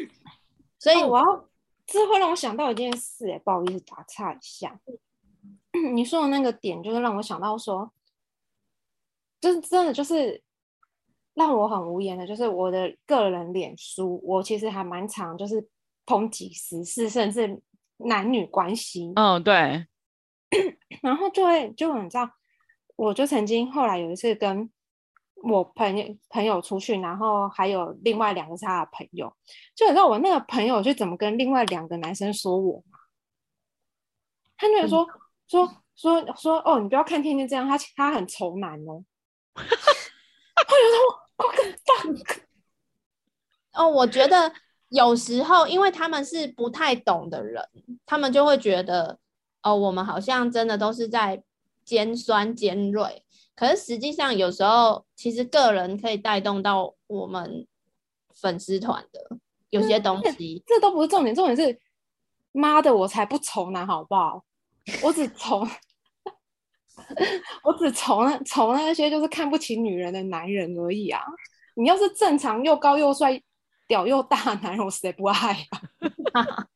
S1: 所以
S2: 哦我要这会让我想到一件事、哎，不好意思打岔一下。 你说的那个点，就是让我想到说，就是真的就是让我很无言的，就是我的个人脸书，我其实还蛮常就是抨击时事，甚至男女关系，
S3: 嗯，对，
S2: 然后就会就你知道，我就曾经后来有一次跟我朋友朋友出去，然后还有另外两个是他的朋友，就你知道我那个朋友就怎么跟另外两个男生说我吗？他就会说、说说说哦，你不要看天天这样，他他很丑男哦。我有时候我我个 fuck，
S1: 哦，我觉得有时候因为他们是不太懂的人，他们就会觉得哦，我们好像真的都是在尖酸尖锐。可是实际上有时候其实个人可以带动到我们粉丝团的有些东西。
S2: 这都不是重点，重点是妈的，我才不愁男好不好？我只愁， 我只愁那愁那些就是看不起女人的男人而已啊！你要是正常又高又帅、屌又大的男人，我谁不爱啊？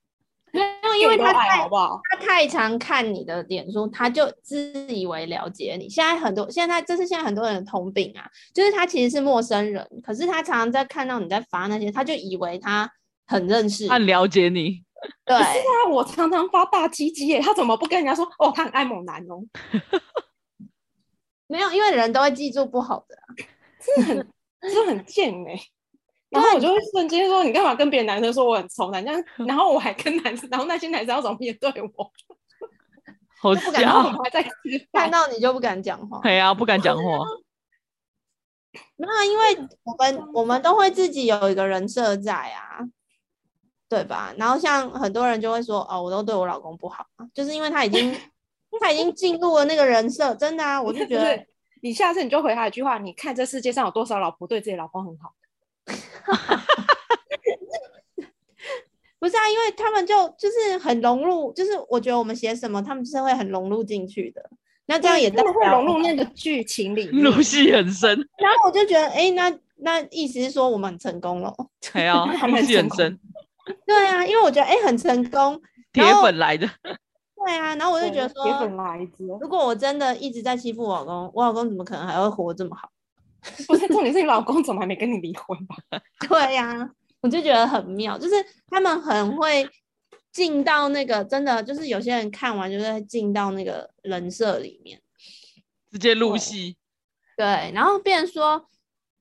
S1: 没有，因为
S2: 谁
S1: 他
S2: 都爱
S1: 太
S2: 好不好？
S1: 他太常看你的脸书，他就自以为了解你。现在很多，现在这是现在很多人的通病啊，就是他其实是陌生人，可是他常常在看到你在发那些，他就以为他很认识你。
S3: 他很了解你，
S1: 对，
S2: 那啊我常常发大鸡鸡耶，他怎么不跟人家说？哦，他很爱某男哦，
S1: 没有，因为人都会记住不好的啊。
S2: 真的很贱哎、然后我就会瞬间说：“你干嘛跟别的男生说我很丑男？”这样，然后我还跟男生，然后那些男生要怎么面对我？
S3: 好
S2: 不敢，然后我
S3: 笑
S2: 们，还在吃
S1: 看
S2: 饭。
S1: 到你就不敢讲话。
S3: 哎呀，不 敢讲话。
S1: 没有啊，因为我们我们都会自己有一个人设在啊，对吧？然后像很多人就会说，哦，我都对我老公不好啊，就是因为他已经他已经进入了那个人设，真的啊，我 就觉
S2: 不
S1: 得
S2: 是你下次你就回他一句话：“你看这世界上有多少老婆对自己老公很好
S1: 不是啊，因为他们就就是很融入，就是我觉得我们写什么，他们就是会很融入进去的。那？”这样也代
S2: 真的会
S1: 表
S2: 融入那个剧情 里面。
S3: 入戏很深，
S1: 然后我就觉得，哎，那那意思是说我们很成功了。
S3: 哎呀，
S2: 还
S3: 入
S2: 蛮
S3: 戏很
S2: 成功
S3: 深，
S1: 对啊，因为我觉得，哎，很成功。
S3: 铁
S1: 然后
S3: 粉来的，
S1: 对啊，然后我就觉得说，
S2: 铁粉来着，
S1: 如果我真的一直在欺负我老公，我老公怎么可能还会活这么好？
S2: 不是重点是你老公怎么还没跟你离婚吧？
S1: 对呀、我就觉得很妙，就是他们很会进到那个真的，就是有些人看完就是会进到那个人设里面。
S3: 直接
S1: 哦
S3: 入戏，
S1: 对，然后变成说，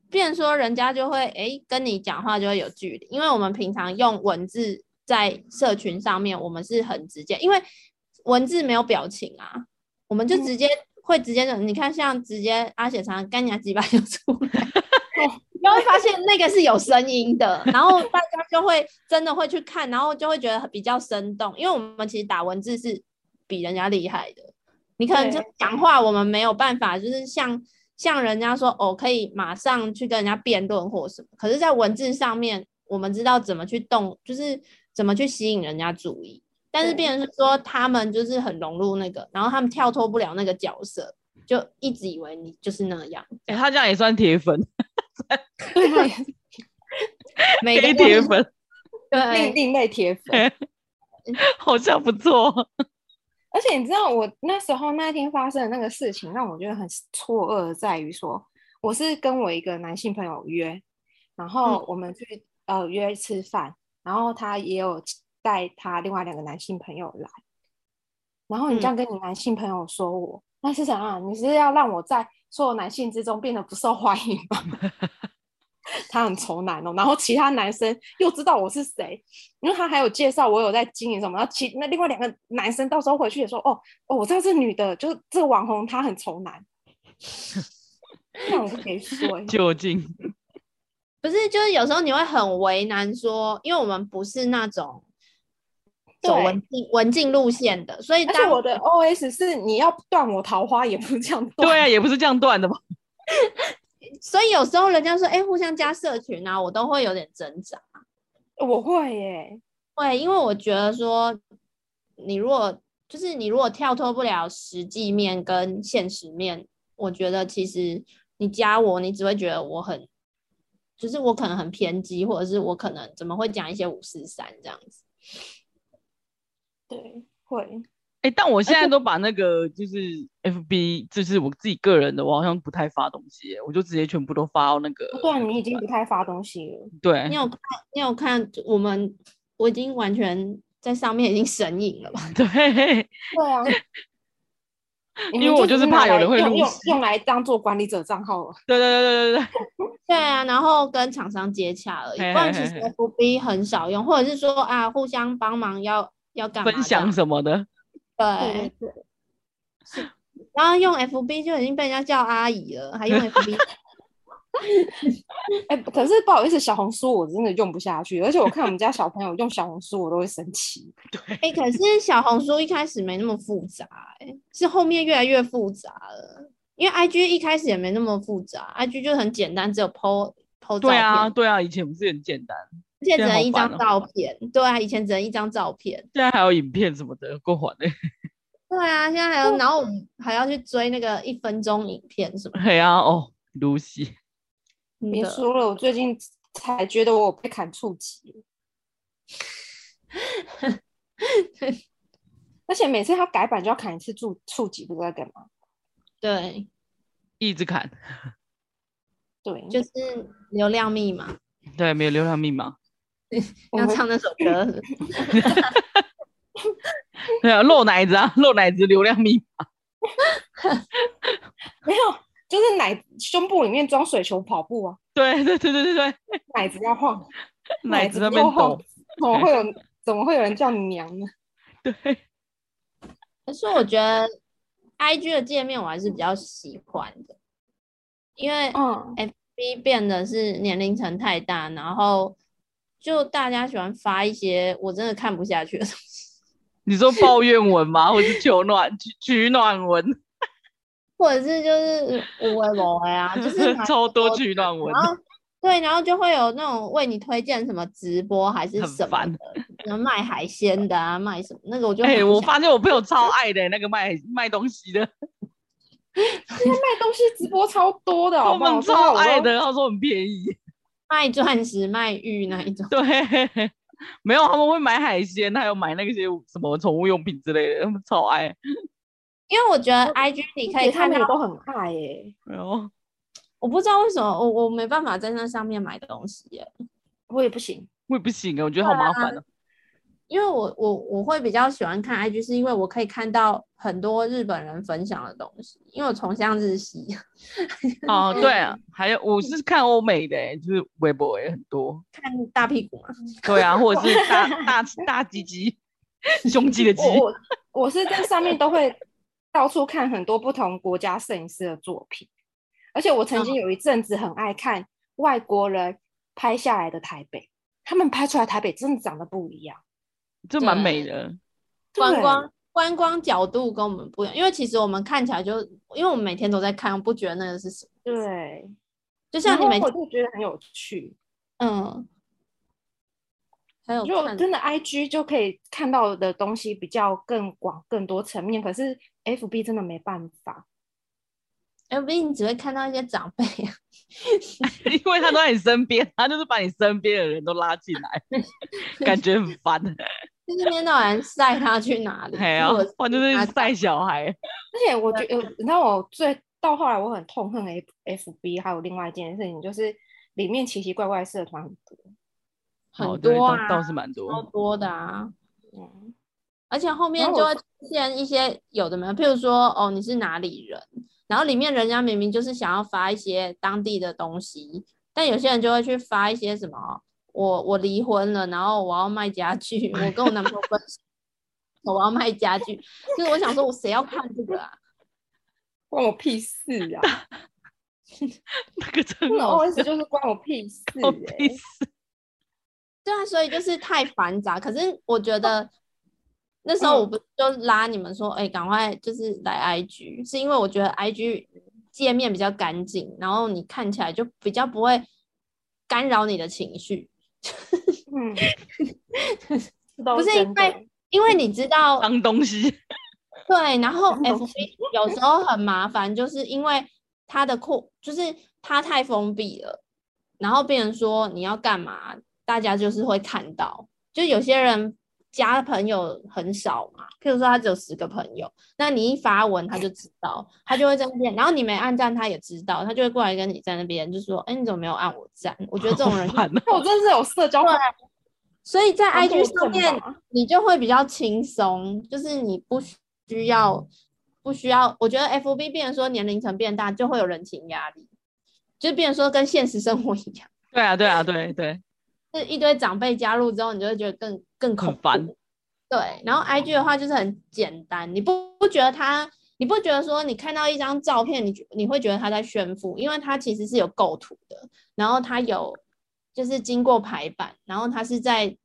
S1: 变成说人家就会诶跟你讲话就会有距离，因为我们平常用文字在社群上面，我们是很直接，因为文字没有表情啊，我们就直接、会直接的，你看像直接阿雪常常干牙几巴就出来。你会发现那个是有声音的，然后大家就会真的会去看，然后就会觉得比较生动，因为我们其实打文字是比人家厉害的。你可能就
S2: 对
S1: 讲话，我们没有办法，就是像像人家说哦，可以马上去跟人家辩论或什么。可是，在文字上面，我们知道怎么去动，就是怎么去吸引人家注意。但是，
S2: 对
S1: 变成是说他们就是很融入那个，然后他们跳脱不了那个角色，就一直以为你就是那样。
S3: 哎，他这样也算铁粉，
S2: 对他也是
S1: 每个
S3: 黑
S1: 人
S3: 铁粉，
S2: 另
S1: 对，
S2: 另类铁粉。
S3: 好像不错，
S2: 而且你知道，我那时候那天发生的那个事情，让我觉得很错愕的在于说，我是跟我一个男性朋友约，然后我们去、呃约吃饭，然后他也有带他另外两个男性朋友来，然后你这样跟你男性朋友说我，那是什么？你是要让我在所有男性之中变得不受欢迎吗？ 他很愁男哦，然后其他男生又知道我是谁，因为他还有介绍我有在经营什么，然后其那另外两个男生到时候回去也说，哦哦，我知道这女的，就是这个网红她很丑男， 那我不给说、欸，
S3: 就近
S1: 不是，就是有时候你会很为难说，因为我们不是那种走
S2: 对
S1: 文静文静路线的，所以
S2: 而且
S1: 当
S2: 我的 O S 是你要断我桃花也不是这样断，
S3: 对啊，也不是这样断的吧？
S1: 所以有时候人家说，哎、互相加社群啊，我都会有点挣扎。
S2: 我会耶、
S1: 会，因为我觉得说，你如果就是你如果跳脱不了实际面跟现实面，我觉得其实你加我，你只会觉得我很，就是我可能很偏激，或者是我可能怎么会讲一些五四三这样子。
S2: 对，会，
S3: 哎、但我现在都把那个就是 FB，就是我自己个人的，我好像不太发东西耶，我就直接全部都发到那个。
S2: 对啊，你已经不太发东西了，
S3: 对
S1: 你有看？你有看？我们我已经完全在上面已经神隐了吧？
S3: 对，
S2: 对 啊。你们
S3: 因为我就是是怕
S2: 拿
S3: 有人
S2: 来
S3: 会
S2: 用
S3: 入
S2: 用
S3: 戏
S2: 用来当做管理者账号了，
S3: 对对对对对对，
S1: 对啊，然后跟厂商接洽而已，不
S3: 嘿
S1: 然
S3: 嘿
S1: 其
S3: 嘿
S1: 实
S3: 嘿
S1: FB 很少用，或者是说啊，互相帮忙要要干嘛
S3: 分享
S1: 的
S3: 什么的，哎
S1: 对，
S2: 对
S1: 然后用 FB 就已经被人家叫阿姨了，还用 FB，
S2: 哎、可是不好意思，小红书我真的用不下去，而且我看我们家小朋友用小红书，我都会生气。
S1: 哎、可是小红书一开始没那么复杂、欸，是后面越来越复杂了。因为 IG 一开始也没那么复杂，IG 就很简单，只有 PO PO 照
S3: 对
S1: 片，
S3: 啊，对啊，以前不是很简单，
S1: 而且只能一
S3: 现在好
S1: 张
S3: 烦
S1: 照
S3: 哦
S1: 片。对啊，以前只能一张照片。
S3: 现在还有影片什么的，够缓的。
S1: 对啊，现在还有，然后我们还要去追那个一分钟影片什么
S3: 嘿啊，哦，露西，
S2: 别
S1: 的。
S2: 说了，我最近才觉得我被砍触及，而且每次他改版就要砍一次触触及，不知道在干嘛。
S1: 对，
S3: 一直砍，
S2: 对，
S1: 就是流量密码，
S3: 对，没有流量密码。
S2: 我
S1: 要
S2: 们
S1: 唱那首歌。
S3: 对啊，露奶子啊，露奶子流量密码。
S2: 没有，就是奶胸部里面装水球跑步啊，
S3: 对对对对对对，
S2: 奶子要晃，
S3: 奶子
S2: 子
S3: 在那
S2: 不
S3: 边
S2: 要晃
S3: 抖。
S2: 怎么会有怎么会有人叫你娘呢？
S3: 对，
S1: 可是我觉得 I G 的界面我还是比较喜欢的，因为
S2: 嗯，
S1: B 变得是年龄层太大，然后就大家喜欢发一些我真的看不下去的东西，
S3: 你说抱怨文吗？ 或是求暖取取暖文？
S1: 或者是就是无为某为啊，就是蛮
S3: 超多取暖文
S1: 然。后对，然后就会有那种为你推荐什么直播还是
S3: 很
S1: 什么
S3: 烦
S1: 的，然后卖海鲜的啊，卖什么那个我就
S3: 哎、
S1: 很不想
S3: 我发现我朋友超爱的、那个卖卖东西的，
S2: 现在卖东西直播超多的， 好
S3: 他
S2: 不好
S3: 们超爱。的，他说很便宜。
S1: 卖钻石、卖玉那一种。
S3: 对，没有他们会买海鲜，还有买那些什么宠物用品之类的，他们超爱。
S1: 因为我觉得 I G 你可以
S2: 哦他
S1: 看
S2: 们
S1: 到
S2: 也，都很爱耶，
S3: 然后
S1: 我不知道为什么我我没办法在那上面买东西耶，
S2: 我也不行。
S3: 我也不行啊，我觉得好麻烦哦、
S1: 因为我我我会比较喜欢看 IG，是因为我可以看到很多日本人分享的东西，因为我崇尚日系。
S3: 哦、对、 啊，还有我是看欧美的、欸就是微博也很多。
S1: 看大屁股嘛，
S3: 对啊，或者是大 大大鸡鸡、胸肌的鸡。
S2: 我我我是在上面都会到处看很多不同国家摄影师的作品，而且我
S1: 嗯
S2: 曾经有一阵子很爱看外国人拍下来的台北，他们拍出来台北真的长得不一样。
S3: 这蛮
S2: 啊
S3: 美的。
S1: 观
S2: 对
S1: 光观光角度跟我们不一样，因为其实我们看起来就，因为我们每天都在看，不觉得那个是什么。
S2: 对，
S1: 就像你
S2: 然
S1: 们
S2: 后我就觉得很有趣，
S1: 嗯，还有
S2: 就
S1: 看
S2: 真的 IG 就可以看到的东西比较更广、更多层面，可是 FB 真的没办法。
S1: L V，你只会看到一些长辈啊，
S3: 因为他都在你身边，他就是把你身边的人都拉进 来，感觉很烦。
S1: 就是一天到晚晒他去哪里，
S3: 哎呀
S1: 或者是，
S3: 或者是
S1: 他
S3: 晒小孩，
S2: 而且我觉得，呃你知道我最到后来我很痛恨 F F B，还有另外一件事情就是里面奇奇怪怪的社团很多。
S3: 哦
S1: 很
S3: 对
S1: 多
S3: 倒
S1: 啊，
S3: 倒是蛮
S1: 超
S3: 多。
S1: 多的啊。
S2: 嗯，
S1: 而且后面
S2: 然后
S1: 就
S2: 我
S1: 会出现一些有的没有，譬如说哦你是哪里人，然后里面人家明明就是想要发一些当地的东西，但有些人就会去发一些什么我我离婚了，然后我要卖家具，我跟我男朋友分手， 我要卖家具，就是我想说我谁要看这个啊？
S2: 关我屁事啊！
S3: 那个真
S2: 那
S3: 好
S2: OS 就是关我屁事、
S3: 笑，
S2: 欸
S3: 屁。事！
S1: 对啊，所以就是太繁杂。可是我觉得那时候我不是就拉你们说，哎、赶快就是来 IG，是因为我觉得 IG 界面比较干净，然后你看起来就比较不会干扰你的情绪，
S2: 嗯，
S1: 不
S2: 不
S1: 是因为因为你知道
S3: 脏东西，
S1: 对，然后
S2: 然后
S1: FB 有时候很麻烦，就是因为它的扩，就是它太封闭了，然后变成说你要干嘛，大家就是会看到，就有些人加朋友很少嘛，譬如说他只有十个朋友，那你一发文他就知道，他就会在那边，然后你没按赞他也知道，他就会过来跟你在那边就说，哎，你怎么没有按我赞？我觉得这种 人就，
S3: 烦哦。
S2: 我真的是有社交
S1: 对所以在
S2: 强迫
S1: IG 上
S2: 症
S1: 面
S2: 吧
S1: 你就会比较轻松，就是你不需要不需要，我觉得 FB 变成说年龄层变大，就会有人情压力，就变成说跟现实生活一样，
S3: 对啊，对啊，对对，
S1: 就是一堆长辈加入之后，你就会觉得更更恐
S3: 很
S1: 怖。
S3: 烦
S1: 对，然后 IG 的话就是很简单，你不不觉得它，你不觉得说你看到一张照片，你觉你会觉得它在炫富，因为它其实是有构图的，然后它有就是经过排版，然后它是在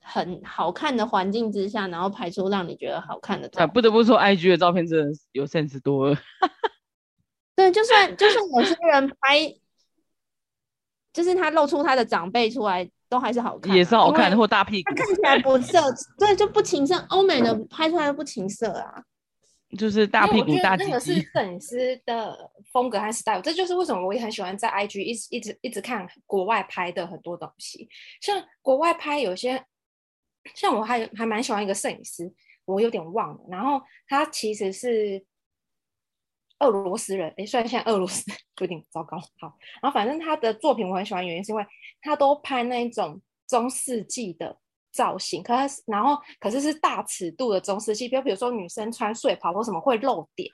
S1: 很好看的环境之下，然后拍出让你觉得好看的照
S3: 啊，
S1: 片。
S3: 不得不说，IG 的照片真的是有 sense 多了。
S1: 对，就算就算有些人拍，就是他露出他的长辈出来，都还是好看啊、
S3: 也是好看
S1: 因
S3: 的，
S1: 为
S3: 或大屁股
S1: 他，看起来不色，对，就不情色。欧美的拍出来都不情色 啊，
S3: 就是大屁股
S2: 因为我觉
S3: 大
S2: 得
S3: 鸡
S2: 那个 是
S3: 鸡。
S2: 摄影师的风格和 style，这就是为什么我也很喜欢在 IG 一直一直一直看国外拍的很多东西。像国外拍有些，像我还还蛮喜欢一个摄影师，我有点忘了。然后他其实是俄罗斯人，诶，虽然现在俄罗斯 有点糟糕，好，然后反正他的作品我很喜欢，原因是因为他都拍那一种中世纪的造型，可是然后可是是大尺度的中世纪，比如比如说女生穿睡袍或什么会露点，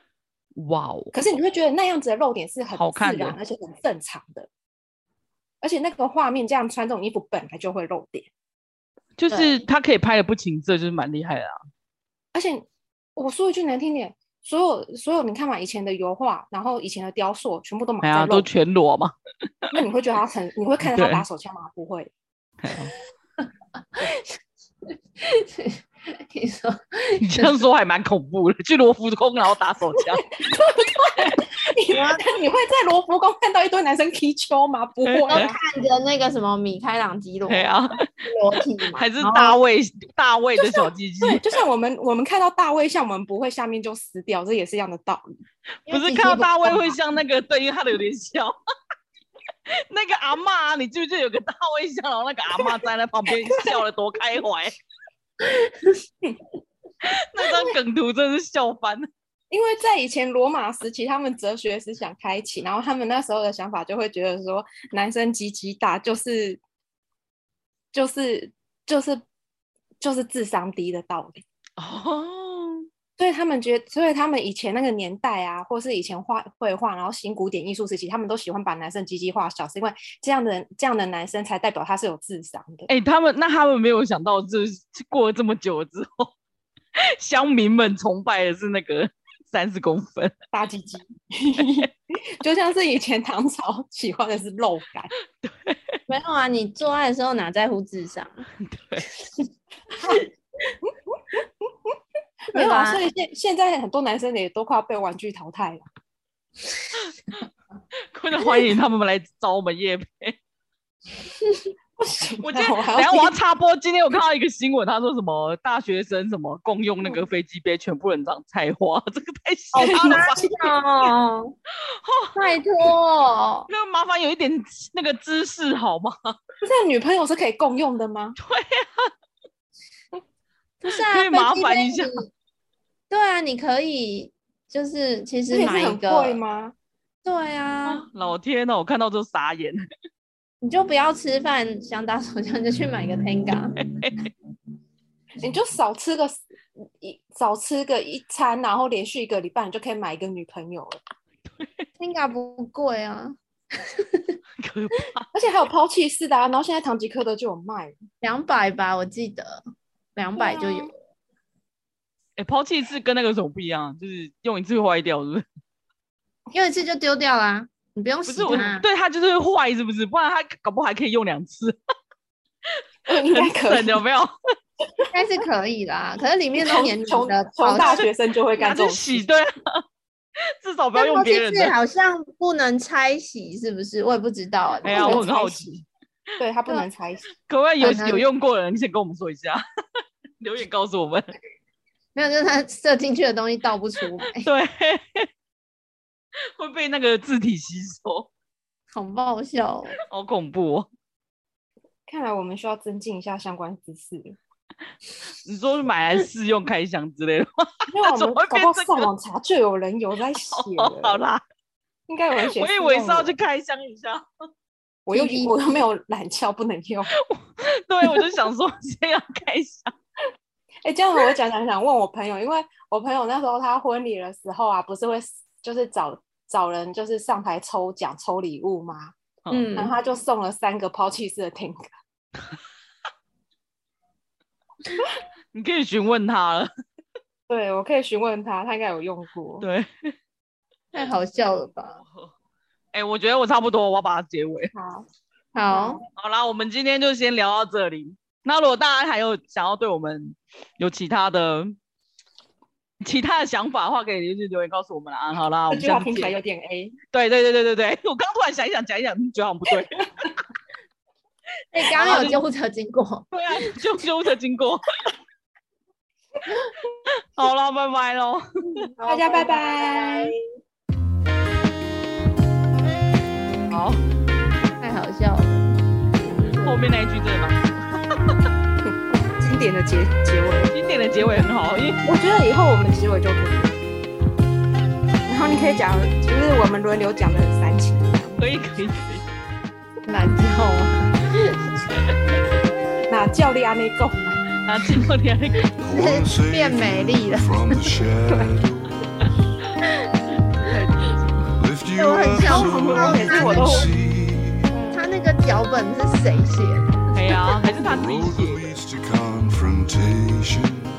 S3: 哇哦，
S2: 可是你会觉得那样子的露点是很
S3: 好
S2: 自
S3: 看的
S2: 然而且很正常的，而且那个画面这样穿这种衣服本来就会露点，
S3: 就是他可以拍的不情色，就是蛮厉害的啊。
S2: 而且我说一句难听点。所有所有，你看嘛，以前的油画，然后以前的雕塑，全部都
S3: 哎
S2: 满
S3: 呀，
S2: 在
S3: 都
S2: 露点。
S3: 全裸嘛。
S2: 那你会觉得他很，你会看着他
S3: 对
S2: 打手枪吗？不会，
S3: 哎呀
S1: 你说
S3: 你这样说还蛮恐怖的，去罗浮宫然后打手枪，
S2: 你
S1: 啊
S2: 你会在罗浮宫看到一堆男生踢球吗？不会
S1: 都
S2: 啊，
S1: 看着那个什么米开朗基罗
S3: 对啊，
S1: 裸体嘛，
S3: 还是
S1: 然后
S3: 大卫大卫的小鸡鸡，
S2: 对，就像我们我们看到大卫像，我们不会下面就撕掉，这也是一样的道理。
S1: 因
S3: 不
S1: 为
S3: 是
S1: 鸡
S3: 看到
S1: 鸡
S3: 大卫
S1: 不
S3: 会像那个，对，因为他的有点像。 那个阿嬷，啊你记不记得有个大卫像，然后那个阿嬷站在旁 边笑得多开 怀，那张梗图真是笑翻了。
S2: 因为在以前罗马时期，他们哲学思想开启，然后他们那时候的想法就会觉得说，男生鸡鸡大就是就是就是就是智商低的道理。
S3: 哦，
S2: 所以他们觉所以他们以前那个年代啊，或是以前画绘画，然后新古典艺术时期，他们都喜欢把男生鸡鸡画小，是因为这样的人这样的男生才代表他是有智商的。
S3: 哎、他们那他们没有想到，就是过了这么久之后，乡民们崇拜的是那个三十公分，
S2: 大鸡鸡， 就像是以前唐朝喜欢的是肉感，
S1: 没有啊，你做爱的时候哪在乎智商？
S3: 对，
S2: 没
S1: 对
S2: 有啊，
S1: 吧
S2: 所以现现在很多男生也都快要被玩具淘汰了。
S3: 快点欢迎他们来找我们叶配。
S2: 不行，
S3: 我今天
S2: 我
S3: 等
S2: 还
S3: 一下
S2: 要
S3: 我要插播，今天我看到一个新闻，他说什么大学生什么共用那个飞机杯，全部人长菜花， 这个太
S1: 好
S3: 瞎了吧？
S1: 哦， 拜托，
S3: 那麻烦有一点那个姿势好吗？
S2: 不是女朋友是可以共用的吗？
S1: 不是啊，
S3: 可以麻
S1: 飞机
S3: 烦
S1: 杯
S3: 一下
S1: 你。对啊，你可以，就是其
S2: 这
S1: 实
S2: 也
S1: 买
S2: 是
S1: 一
S2: 很贵
S1: 个，
S2: 吗？
S1: 对啊，
S3: 老天呐，我看到就傻眼。
S1: 你就不要吃饭，想打手枪就去买个 Tenga。
S2: 你就少吃个一少吃个一餐，然后连续一个礼拜，你就可以买一个女朋友了，
S1: Tenga 不贵啊，
S3: 可
S2: 而且还有抛弃式的、啊，然后现在唐吉诃德就有卖。
S1: 两百吧，我记得两
S3: 啊
S1: 百就有
S2: 对。
S3: 哎、抛弃式跟那个什么不一样，就是用一次会坏掉，是不是？
S1: 用一次就丢掉啦，你不用
S3: 不
S1: 洗
S3: 是我
S1: 它，。
S3: 对它就是会坏，是不是？不然它搞不好还可以用两次，
S2: 呃应该可
S3: 很省，
S2: 以
S3: 有没有？
S1: 应该是可以啦。可是里面都黏
S2: 穷
S1: 黏
S2: 穷
S1: 的，
S2: 穷
S1: 好
S2: 大
S1: 吃
S2: 学生就会
S3: 拿
S2: 干这
S3: 去
S2: 种
S3: 洗，
S2: 事。
S3: 对啊、 至少不要
S1: 但
S3: 用
S1: 抛
S3: 别
S1: 弃
S3: 人
S1: 式啊
S3: 的。
S1: 好像不能拆洗，是不是？我也不知道、
S3: 哎呀，
S2: 不能
S3: 我很好
S2: 拆洗
S3: 奇。
S2: 对他不
S1: 对
S2: 能拆洗。
S3: 可不可以有
S1: 很难
S3: 有用过的人先跟我们说一下， 留言告诉我们。
S1: 没有，就是它射进去的东西倒不出来，
S3: 对，会被那个字体吸收，
S1: 好爆笑、哦。
S3: 好恐怖哦！
S2: 看来我们需要增进一下相关知识。
S3: 你说是买来试用开箱之类的吗，
S2: 因为我
S3: 怎
S2: 们
S3: 么会
S2: 搞
S3: 变
S2: 不好
S3: 这
S2: 上
S3: 个
S2: 网查就有人有在写了，
S3: 好啦，
S2: 应该有人写。
S3: 我以为是要去，开箱一下，
S2: 我又
S1: PPT
S2: 我又没有懒觉不能 用。
S3: 对我就想说先要开箱，
S2: 哎、这样子我讲讲想问我朋友，因为我朋友那时候他婚礼的时候啊，不是会就是找找人就是上台抽奖抽礼物吗？
S1: 嗯
S2: 然后他就送了三个抛弃式的 Tank，
S3: 你可以询问他了。
S2: 对我可以询问他，他应该有用过。
S3: 对，
S1: 太好笑了吧？
S3: 哎、我觉得我差不多，我要把它结尾。
S2: 好，
S1: 好，
S3: 好啦，我们今天就先聊到这里。那如果大家还有想要对我们有其他的其他的想法的话，可以就是留言告诉我们啦。好啦，我
S2: 这
S3: 们
S2: 句话
S3: 下次
S2: 听起来
S3: 见。
S2: 有点 A。
S3: 对对对对对对，我 刚突然想一想，讲一讲，嗯觉得好像不对。
S1: 哎、刚
S3: 啊
S1: 刚有救护车经过，
S3: 对啊，救救护车经过。 好了，拜拜喽。
S2: 大家拜拜。
S3: 好，
S1: 太好笑了，
S3: 后面那一句真的蛮
S2: 经典的结结尾，
S3: 经典的结尾很好，因为
S2: 我觉得以后我们结尾就可以。然后你可以讲，就是我们轮流讲的很煽情。
S3: 可以可以可以。
S1: 难教啊！
S2: 那教练那够。
S3: 那最后两个。
S1: 变美丽了
S4: From the shadows, lift you
S1: 哎我很
S4: up
S1: 想
S4: so
S1: 问
S4: you
S1: 他那个他那
S4: can see
S1: 个脚本是谁写的？
S3: 哎呀，还是他
S4: the
S3: 自己
S4: road
S3: 写
S4: that
S3: 的。
S4: leads to confrontation.